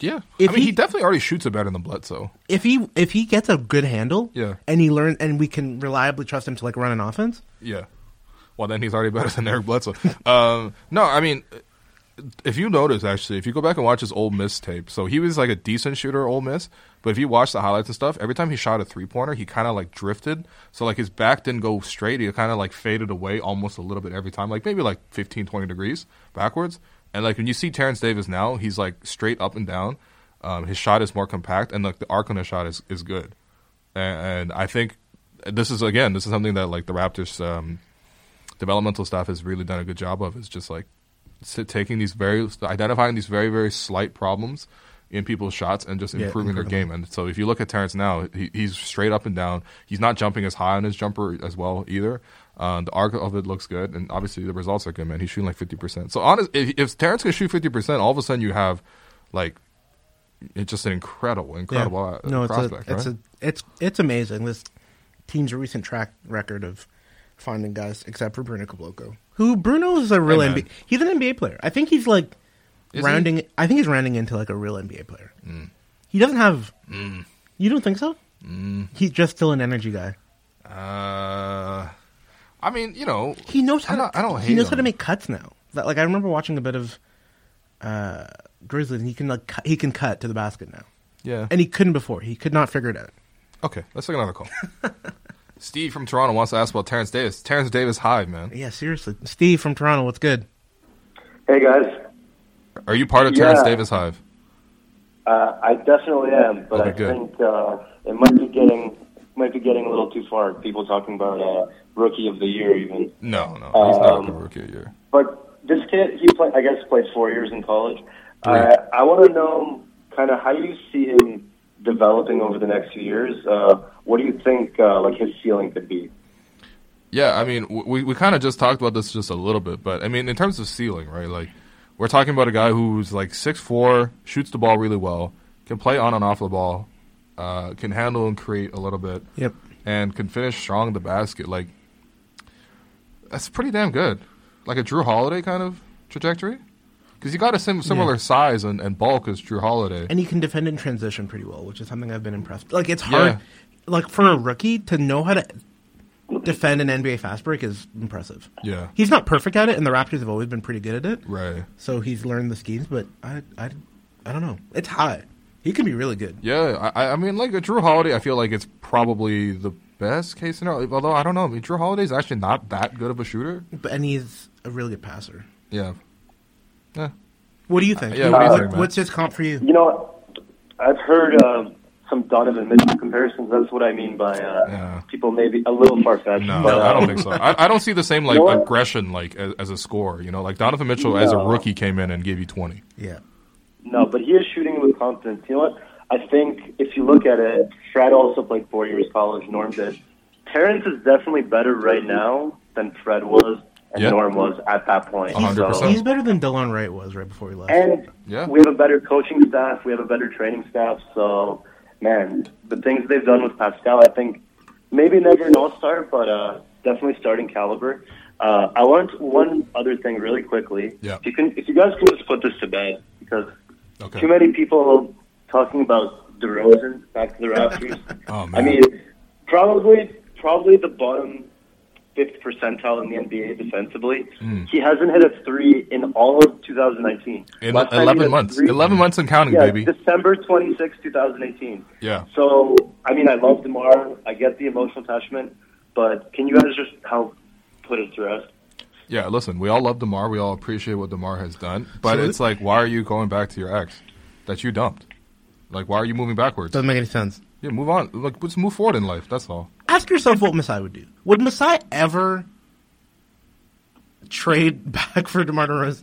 Speaker 2: yeah.
Speaker 3: if
Speaker 2: I mean, he,
Speaker 3: he-
Speaker 2: definitely already shoots it better than Bledsoe.
Speaker 3: If he if he gets a good handle,
Speaker 2: Yeah.
Speaker 3: and he learn and we can reliably trust him to like run an offense.
Speaker 2: Yeah. Well, then he's already better than Eric Bledsoe. <laughs> um, no, I mean, if you notice, actually, if you go back and watch his Ole Miss tape, so he was like a decent shooter, at Ole Miss. But if you watch the highlights and stuff, every time he shot a three pointer, he kind of like drifted. So like his back didn't go straight. He kind of like faded away almost a little bit every time, like maybe like 15, 20 degrees backwards. And like when you see Terrence Davis now, he's like straight up and down. Um, his shot is more compact, and like the arc on his shot is, is good. And, and I think this is again, this is something that like the Raptors um, developmental staff has really done a good job of is just like s- taking these very identifying these very very slight problems in people's shots and just
Speaker 3: Yeah,
Speaker 2: improving their game. And so if you look at Terrence now, he, he's straight up and down. He's not jumping as high on his jumper as well either. Uh, the arc of it looks good, and obviously the results are good. Man, he's shooting like fifty percent. So honest, if, if Terrence can shoot fifty percent, all of a sudden you have like it's just an incredible, incredible
Speaker 3: Yeah.
Speaker 2: uh
Speaker 3: No, it's
Speaker 2: prospect.
Speaker 3: a, it's
Speaker 2: right?
Speaker 3: a, it's it's amazing. This team's recent track record of finding guys, except for Bruno Caboclo, who Bruno is a real
Speaker 2: Hey, man.
Speaker 3: NBA. He's an NBA player. I think he's like
Speaker 2: Is he? Mm.
Speaker 3: rounding. I think he's rounding into like a real NBA player. He doesn't have. You don't think so? He's just still an energy guy.
Speaker 2: Mm. uh, I mean, you know,
Speaker 3: He knows how.
Speaker 2: I don't-
Speaker 3: to,
Speaker 2: I don't
Speaker 3: He
Speaker 2: hate
Speaker 3: knows how to
Speaker 2: him.
Speaker 3: make cuts now. That- Like I remember watching a bit of uh, Grizzlies, and he can like cut, he can cut to the basket now,
Speaker 2: yeah.
Speaker 3: and he couldn't before. He could not figure it out.
Speaker 2: Okay, let's take another call. <laughs> Steve from Toronto wants to ask about Terrence Davis. Terrence Davis Hive, man.
Speaker 3: Yeah, seriously. Steve from Toronto, what's good?
Speaker 7: Hey guys,
Speaker 2: Are you part of Terrence
Speaker 7: Yeah.
Speaker 2: Davis Hive?
Speaker 7: uh, I definitely am, but
Speaker 2: Okay,
Speaker 7: I
Speaker 2: good.
Speaker 7: think uh, it might be getting might be getting a little too far. People talking about uh, rookie of the year even,
Speaker 2: No, no, he's not a
Speaker 7: Um,
Speaker 2: good rookie of the year.
Speaker 7: but this kid he play, I guess played four years in college. Uh, I want to know kind of how you see him developing over the next few years. Uh, what do you think uh, like his ceiling could be?
Speaker 2: Yeah, I mean, w- we we kind of just talked about this just a little bit, but I mean, in terms of ceiling, right? Like, we're talking about a guy who's like six four, shoots the ball really well, can play on and off the ball, uh, can handle and create a little bit,
Speaker 3: Yep.
Speaker 2: and can finish strong at the basket. Like, that's pretty damn good. Like a Drew Holiday kind of trajectory, because you got a sim- similar size and, and bulk as Drew Holiday.
Speaker 3: And he can defend in transition pretty well, which is something I've been impressed. Like it's
Speaker 2: Yeah.
Speaker 3: hard like for a rookie to know how to defend an NBA fast break is impressive.
Speaker 2: Yeah.
Speaker 3: He's not perfect at it and the Raptors have always been pretty good at it.
Speaker 2: Right.
Speaker 3: So he's learned the schemes, but I I, I don't know. It's high. He can be really good.
Speaker 2: Yeah, I, I mean, like a Drew Holiday, I feel like it's probably the best case scenario. Although I don't know, I mean, Drew Holiday's actually not that good of a shooter.
Speaker 3: But and he's a really good passer.
Speaker 2: Yeah, yeah,
Speaker 3: What do you think?
Speaker 2: Yeah, what do you
Speaker 3: What-
Speaker 2: think, Matt?
Speaker 3: what's his comp for you?
Speaker 7: You know, I've heard uh, some Donovan Mitchell comparisons. That's what I mean by uh,
Speaker 2: Yeah.
Speaker 7: people maybe a little far fetched.
Speaker 2: no, I don't think so. I, I don't see the same like
Speaker 7: um, <laughs> You know what?
Speaker 2: aggression like as, as a scorer. You know, like Donovan Mitchell as a
Speaker 7: No.
Speaker 2: rookie came in and gave you twenty.
Speaker 3: Yeah.
Speaker 7: No, but he is shooting with confidence. You know what? I think if you look at it, Fred also played four years college. Norm did. Terrence is definitely better right now than Fred was and
Speaker 2: Yeah.
Speaker 7: Norm was at that point.
Speaker 2: He's- 100%.
Speaker 7: So,
Speaker 3: He's better than Delon Wright was right before he left.
Speaker 7: and
Speaker 2: Yeah.
Speaker 7: we have a better coaching staff. We have a better training staff. So, man, the things they've done with Pascal, I think maybe never an all star, but uh, definitely starting caliber. Uh, Uh, I want one other thing really quickly.
Speaker 2: Yeah.
Speaker 7: If you can, if you guys can just put this to bed because
Speaker 2: Okay.
Speaker 7: too many people talking about DeRozan back to the Raptors.
Speaker 2: <laughs> Oh man.
Speaker 7: I mean, probably probably the bottom fifth percentile in the NBA defensively.
Speaker 2: Hmm.
Speaker 7: He hasn't hit a three in all of 2019.
Speaker 2: In
Speaker 7: Last time he hit
Speaker 2: 11
Speaker 7: a
Speaker 2: months.
Speaker 7: three-
Speaker 2: 11 months and counting,
Speaker 7: yeah,
Speaker 2: baby.
Speaker 7: December 26, 2018.
Speaker 2: Yeah.
Speaker 7: So, I mean, I love DeMar. I get the emotional attachment, but can you guys just help put it to rest?
Speaker 2: Yeah, listen, we all love DeMar. We all appreciate what DeMar has done. But
Speaker 3: So-
Speaker 2: it's like, why are you going back to your ex that you dumped? Like, why are you moving backwards?
Speaker 3: Doesn't make any sense.
Speaker 2: Yeah, move on. Like, let's move forward in life. That's all.
Speaker 3: Ask yourself what Masai would do. Would Masai ever trade back for DeMar DeRozan?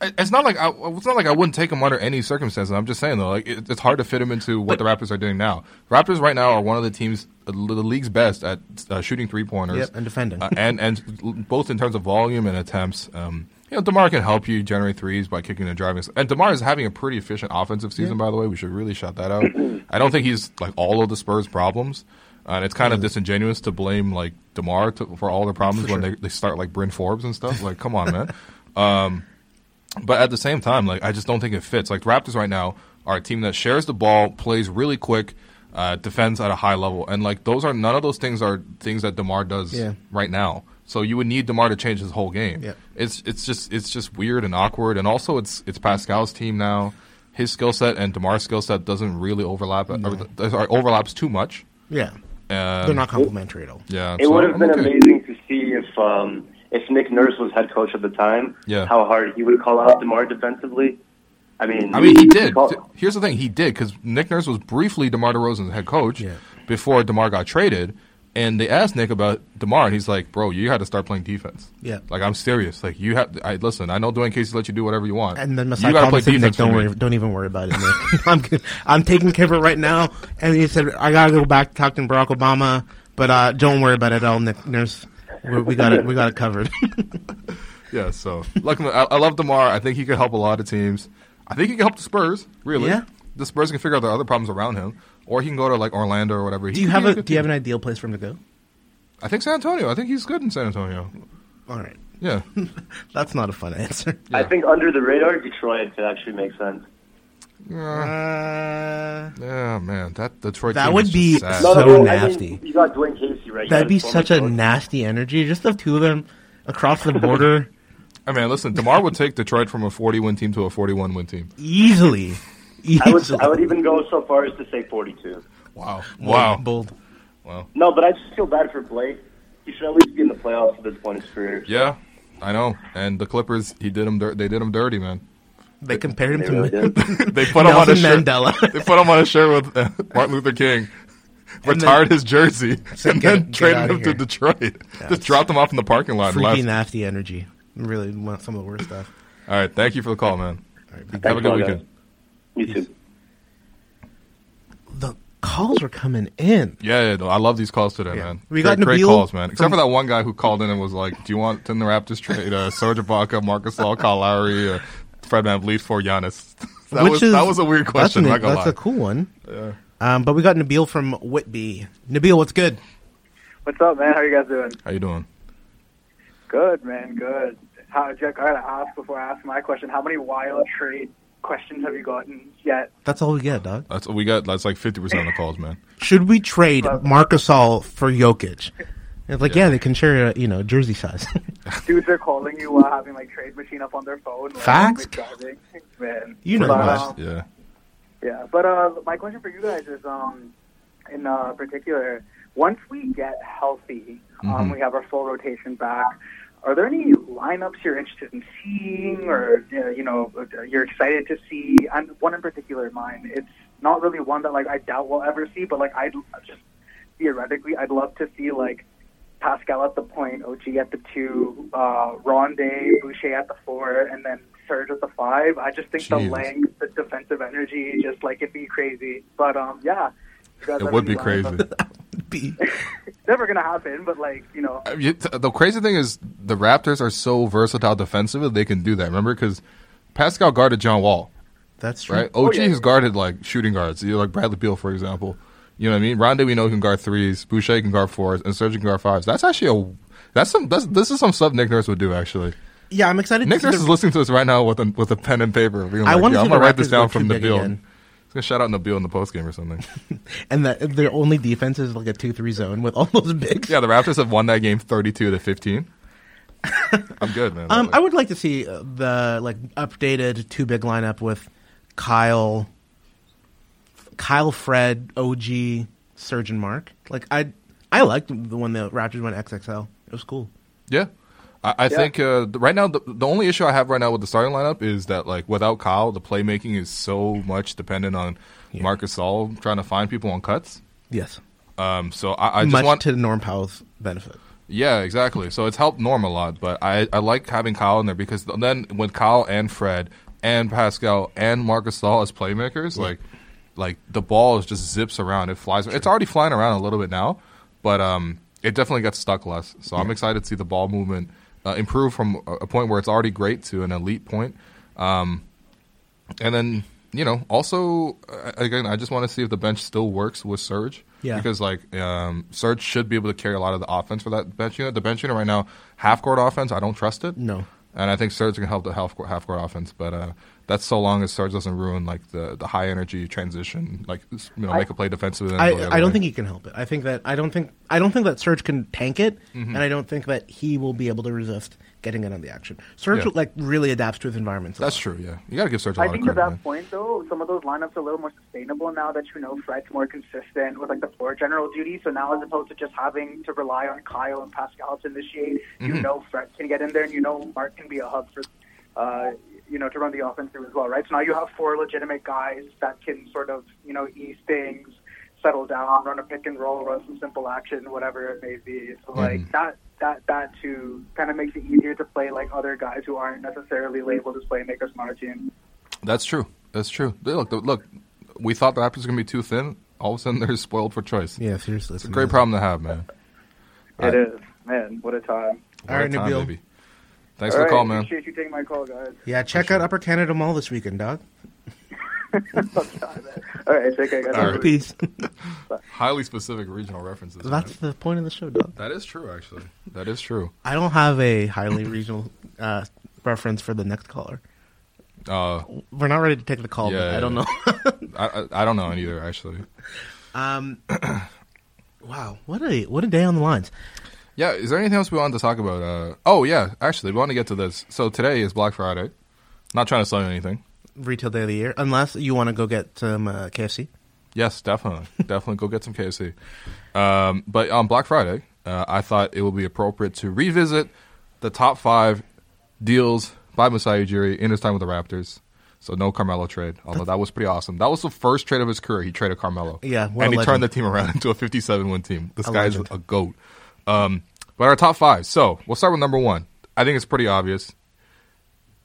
Speaker 2: I- It's not like I, it's not like I wouldn't take him under any circumstances. I'm just saying though, like it, it's hard to fit him into what the Raptors are doing now. Raptors right now are one of the teams, uh, the league's best at uh, shooting three pointers
Speaker 3: Yep, and defending.
Speaker 2: uh, and and l- both in terms of volume and attempts. Um, you know, Demar can help you generate threes by kicking and driving. And Demar is having a pretty efficient offensive season, by the way. We should really shout that out. I don't think he's like all of the Spurs' problems, uh, and it's kind of disingenuous to blame like Demar to, for all the problems when they, they start like Bryn Forbes and stuff. Like, come on, man. Um, But at the same time, like I just don't think it fits. Like the Raptors right now are a team that shares the ball, plays really quick, uh, defends at a high level, and like those are none of those things are things that Demar does
Speaker 3: Yeah.
Speaker 2: right now. So you would need Demar to change his whole game.
Speaker 3: Yeah.
Speaker 2: It's it's just it's just weird and awkward, and also it's it's Pascal's team now. His skill set and Demar's skill set doesn't really overlap. Or, th- sorry, overlaps too much.
Speaker 3: Yeah.
Speaker 2: Um,
Speaker 3: They're not complimentary at all.
Speaker 2: Yeah,
Speaker 7: It
Speaker 2: so
Speaker 7: would have
Speaker 2: I'm
Speaker 7: been
Speaker 2: okay.
Speaker 7: amazing to see if um, if Nick Nurse was head coach at the time.
Speaker 2: Yeah.
Speaker 7: How hard he would call out Demar defensively. I mean,
Speaker 2: I mean, he did.
Speaker 7: call-
Speaker 2: Th- Here's the thing: he did because Nick Nurse was briefly Demar Derozan's head coach
Speaker 3: Yeah.
Speaker 2: before Demar got traded, and they asked Nick about Demar, and he's like, "Bro, you had to start playing defense.
Speaker 3: Yeah.
Speaker 2: like I'm serious. Like you have. I listen. I know Dwayne Casey let you do whatever you want,
Speaker 3: And then
Speaker 2: you
Speaker 3: Masai
Speaker 2: gotta
Speaker 3: called and said, Nick,
Speaker 2: for
Speaker 3: don't
Speaker 2: me."
Speaker 3: worry, don't even worry <laughs> about it. Nick. I'm, good. I'm taking care of it right now. And he said, I gotta go back to talking to Barack Obama, but uh, don't worry about it at all, Nick Nurse. We, we got it. We got
Speaker 2: <laughs>
Speaker 3: it covered. <laughs>
Speaker 2: Yeah. So, luckily, I, I love Demar. I think he could help a lot of teams. I think he can help the Spurs. Really,
Speaker 3: Yeah.
Speaker 2: The Spurs can figure out the other problems around him, or he can go to like Orlando or whatever.
Speaker 3: do you have a Do you have an ideal place for him to go?
Speaker 2: I think San Antonio. I think he's good in San Antonio.
Speaker 3: All right,
Speaker 2: Yeah.
Speaker 3: <laughs> that's not a fun
Speaker 2: <laughs>
Speaker 3: answer.
Speaker 7: I think under the radar, Detroit could actually make sense.
Speaker 2: yeah.
Speaker 3: Uh,
Speaker 2: Yeah, oh, man, that Detroit.
Speaker 3: That
Speaker 2: team
Speaker 3: would
Speaker 2: is
Speaker 3: be
Speaker 2: just sad.
Speaker 3: so-
Speaker 7: I mean, <laughs>
Speaker 3: nasty.
Speaker 7: you got Dwayne Casey right. You got
Speaker 3: that'd be
Speaker 7: his former
Speaker 3: such a
Speaker 7: coach.
Speaker 3: nasty energy. Just the two of them across
Speaker 2: <laughs>
Speaker 3: the border
Speaker 2: I mean, listen, Demar would take Detroit from a 40-win team to a 41-win team.
Speaker 3: easily.
Speaker 7: I
Speaker 3: <laughs>
Speaker 7: would,
Speaker 3: Easily.
Speaker 7: I would even go so far as to say 42.
Speaker 2: Wow,
Speaker 3: Bold,
Speaker 2: wow.
Speaker 3: bold.
Speaker 7: No, but I just feel bad for Blake. He should at least be in the playoffs at this point in his career.
Speaker 2: Yeah, I know. And the Clippers, he did them. Dir- they did him dirty, man.
Speaker 3: They compared him
Speaker 7: They
Speaker 3: to <laughs>
Speaker 7: really did.
Speaker 2: They put him on a
Speaker 3: Nelson
Speaker 2: shirt.
Speaker 3: Mandela.
Speaker 2: They put him on a shirt with uh, Martin Luther King. Retired his jersey
Speaker 3: <laughs> Said,
Speaker 2: and
Speaker 3: "Get-
Speaker 2: then
Speaker 3: get
Speaker 2: traded
Speaker 3: outta
Speaker 2: him to
Speaker 3: here."
Speaker 2: Detroit. Just
Speaker 3: it's
Speaker 2: dropped him off in the parking lot. And
Speaker 3: freaky
Speaker 2: left.
Speaker 3: nasty energy. Really, want some of the worst stuff.
Speaker 2: All right, thank you for the call, man. Have a
Speaker 7: Thanks
Speaker 2: good
Speaker 7: lot, guys.
Speaker 2: weekend.
Speaker 7: You too.
Speaker 3: the calls were coming in.
Speaker 2: Yeah, yeah, no, I love these calls today,
Speaker 3: Yeah.
Speaker 2: man.
Speaker 3: We
Speaker 2: great,
Speaker 3: got
Speaker 2: great
Speaker 3: Nabil
Speaker 2: calls, man. Except
Speaker 3: from-
Speaker 2: for that one guy who called in and was like, "Do you want to the Raptors trade uh, Serge Ibaka, Marcus All, Kyle Lowry, uh, Fred VanVleet for Giannis?" <laughs> that
Speaker 3: which
Speaker 2: was
Speaker 3: is,
Speaker 2: that was a weird question. not
Speaker 3: That's,
Speaker 2: gonna
Speaker 3: that's
Speaker 2: lie.
Speaker 3: a cool one. Um, but we got Nabil from Whitby. Nabil, what's good?
Speaker 6: What's up, man? How you guys doing?
Speaker 2: How you doing?
Speaker 6: Good, man. Good. How, Jack, I gotta ask before I ask my question. How many wild trade questions have you gotten
Speaker 3: <laughs>
Speaker 6: yet?
Speaker 3: That's all we get, dog.
Speaker 2: That's we got. That's like fifty percent of the calls, man.
Speaker 3: Should we trade Marcus All for Jokic? It's like, yeah, they can share, a, you know, jersey size. <laughs>
Speaker 6: Dudes are calling you while having like trade machine up on their phone. Like,
Speaker 3: Facts.
Speaker 6: driving. Man.
Speaker 3: You know
Speaker 2: Pretty
Speaker 3: that.
Speaker 6: Wow.
Speaker 2: much, yeah.
Speaker 6: Yeah, but uh, my question for you guys is, um, in uh, particular, once we get healthy, um,
Speaker 3: Mm-hmm.
Speaker 6: we have our full rotation back. Are there any lineups you're interested in seeing, or uh, you know, you're excited to see? And one in particular, in mind. It's not really one that like I doubt we'll ever see, but like I'd just theoretically, I'd love to see like Pascal at the point, OG at the two, uh, Rondé, Boucher at the four, and then Serge at the five. I just think the
Speaker 2: Jesus.
Speaker 6: length, the defensive energy, just like it'd be crazy. But um, yeah, You guys
Speaker 2: It
Speaker 6: have
Speaker 2: would
Speaker 6: any
Speaker 2: be
Speaker 6: lines
Speaker 3: <laughs>
Speaker 2: crazy.
Speaker 6: on- <laughs> It's never gonna happen, but like you know,
Speaker 2: I mean, th- the crazy thing is the Raptors are so versatile defensively; they can do that. Remember, because Pascal guarded John Wall.
Speaker 3: That's true. <laughs> Oh,
Speaker 2: Oh. right? OG has guarded like shooting guards, you know, like Bradley Beal, for example. You know what I mean? Rondé, we know can guard threes. Boucher can guard fours, and Serge can guard fives. That's actually a that's some that's, this is some stuff Nick Nurse would do actually.
Speaker 3: Yeah, I'm excited.
Speaker 2: Nick
Speaker 3: to
Speaker 2: Nurse
Speaker 3: see
Speaker 2: is
Speaker 3: the,
Speaker 2: listening to us right now with a with a pen and paper. Being
Speaker 3: I
Speaker 2: like,
Speaker 3: wanna
Speaker 2: "Yeah,
Speaker 3: see
Speaker 2: I'm
Speaker 3: the
Speaker 2: gonna write this
Speaker 3: Raptors
Speaker 2: down
Speaker 3: look
Speaker 2: from
Speaker 3: too
Speaker 2: the
Speaker 3: big
Speaker 2: build.
Speaker 3: again.
Speaker 2: He's gonna shout out Nabil in the post game or something.
Speaker 3: <laughs> and that their only defense is like a two-three zone with all those bigs.
Speaker 2: yeah, the Raptors have won that game thirty two to fifteen. I'm good, man.
Speaker 3: Um,
Speaker 2: Like,
Speaker 3: I would like to see uh, the like updated two big lineup with Kyle, Kyle, Fred, OG, Surgeon Mark. Like I, I liked the one the Raptors went XXL. It was cool.
Speaker 2: Yeah. I, I think uh, th- right now the, the only issue I have right now with the starting lineup is that like without Kyle, the playmaking is so much dependent on Marcus All trying to find people on cuts.
Speaker 3: Yes,
Speaker 2: Um, so I, I just
Speaker 3: much
Speaker 2: want
Speaker 3: to Norm Powell's benefit.
Speaker 2: yeah, exactly. So it's helped Norm a lot, but I, I like having Kyle in there because th- then with Kyle and Fred and Pascal and Marcus All as playmakers, like like the ball is just zips around. It flies. It's already flying around a little bit now, but um, it definitely gets stuck less. So I'm excited to see the ball movement uh, improve from a a point where it's already great to an elite point. Um, and then you know, also uh, again, I just want to see if the bench still works with Surge.
Speaker 3: Yeah.
Speaker 2: Because like um, Surge should be able to carry a lot of the offense for that bench unit. The bench unit right now, half court offense, I don't trust it.
Speaker 3: No.
Speaker 2: And I think Surge can help the half court, half court offense, but uh, that's so long as Surge doesn't ruin like the, the high energy transition, like you know, make a play defensively. and
Speaker 3: I,
Speaker 2: go the other
Speaker 3: I don't
Speaker 2: way.
Speaker 3: think he can help it. I think that I don't think I don't think that Serge can tank it,
Speaker 2: Mm-hmm.
Speaker 3: and I don't think that he will be able to resist getting in on the action. Serge
Speaker 2: Yeah.
Speaker 3: like really adapts to his environments. a
Speaker 2: that's
Speaker 3: lot.
Speaker 2: true. Yeah, you got to give Surge a
Speaker 6: I
Speaker 2: lot of
Speaker 6: think to
Speaker 2: credit.
Speaker 6: that
Speaker 2: man.
Speaker 6: point, though, some of those lineups are a little more sustainable now that you know Fred's more consistent with like the floor general duty. So now, as opposed to just having to rely on Kyle and Pascal to initiate,
Speaker 2: Mm-hmm.
Speaker 6: you know Fred can get in there, and you know Mark can be a hub for, uh, you know, to run the offense through as well, right? So now you have four legitimate guys that can sort of you know ease things, settle down, run a pick and roll, run some simple action, whatever it may be. So
Speaker 2: Mm-hmm.
Speaker 6: like that. That, that too kind of makes it easier to play like other guys who aren't necessarily labeled as playmakers on our team.
Speaker 2: That's true. That's true. They- Look, the- look, we thought the Raptors were gonna be too thin. All of a sudden, <laughs> they're spoiled for choice.
Speaker 3: Yeah, seriously,
Speaker 2: It's a great problem to have, man.
Speaker 6: It is, man. What a time.
Speaker 3: All
Speaker 2: What
Speaker 3: right,
Speaker 2: a time,
Speaker 3: Nabil.
Speaker 2: baby. Thanks
Speaker 6: All
Speaker 2: for
Speaker 6: right,
Speaker 2: the call, man.
Speaker 6: Appreciate you taking my call, guys.
Speaker 3: Yeah, check out Upper Canada Mall this weekend, dog.
Speaker 6: All right, take care, guys. Have a good
Speaker 3: Peace. <laughs>
Speaker 2: Highly specific regional references. man.
Speaker 3: That's the point of the show, dog.
Speaker 2: That is true, actually. That is true.
Speaker 3: I don't have a highly regional uh, reference for the next caller.
Speaker 2: Uh,
Speaker 3: We're not ready to take the call, but
Speaker 2: Yeah,
Speaker 3: I don't
Speaker 2: yeah.
Speaker 3: know. <laughs>
Speaker 2: I, I I don't know either, actually.
Speaker 3: um, <clears throat> wow, what a what a day on the lines.
Speaker 2: Yeah, is there anything else we wanted to talk about? Uh, oh yeah, actually, we want to get to this. So today is Black Friday. Not trying to sell you anything.
Speaker 3: Retail day of the year, unless you want to go get some uh, KFC.
Speaker 2: Yes, definitely, definitely go get some KFC. Um, but on Black Friday, uh, I thought it would be appropriate to revisit the top five deals by Masai Ujiri in his time with the Raptors. So no Carmelo trade, although that was pretty awesome. That was the first trade of his career. He traded Carmelo,
Speaker 3: Yeah, what a
Speaker 2: and he
Speaker 3: legend.
Speaker 2: turned the team around <laughs> into a 57-win team. This
Speaker 3: A
Speaker 2: guy's
Speaker 3: legend.
Speaker 2: a goat. Um, but our top five. So we'll start with number one. I think it's pretty obvious.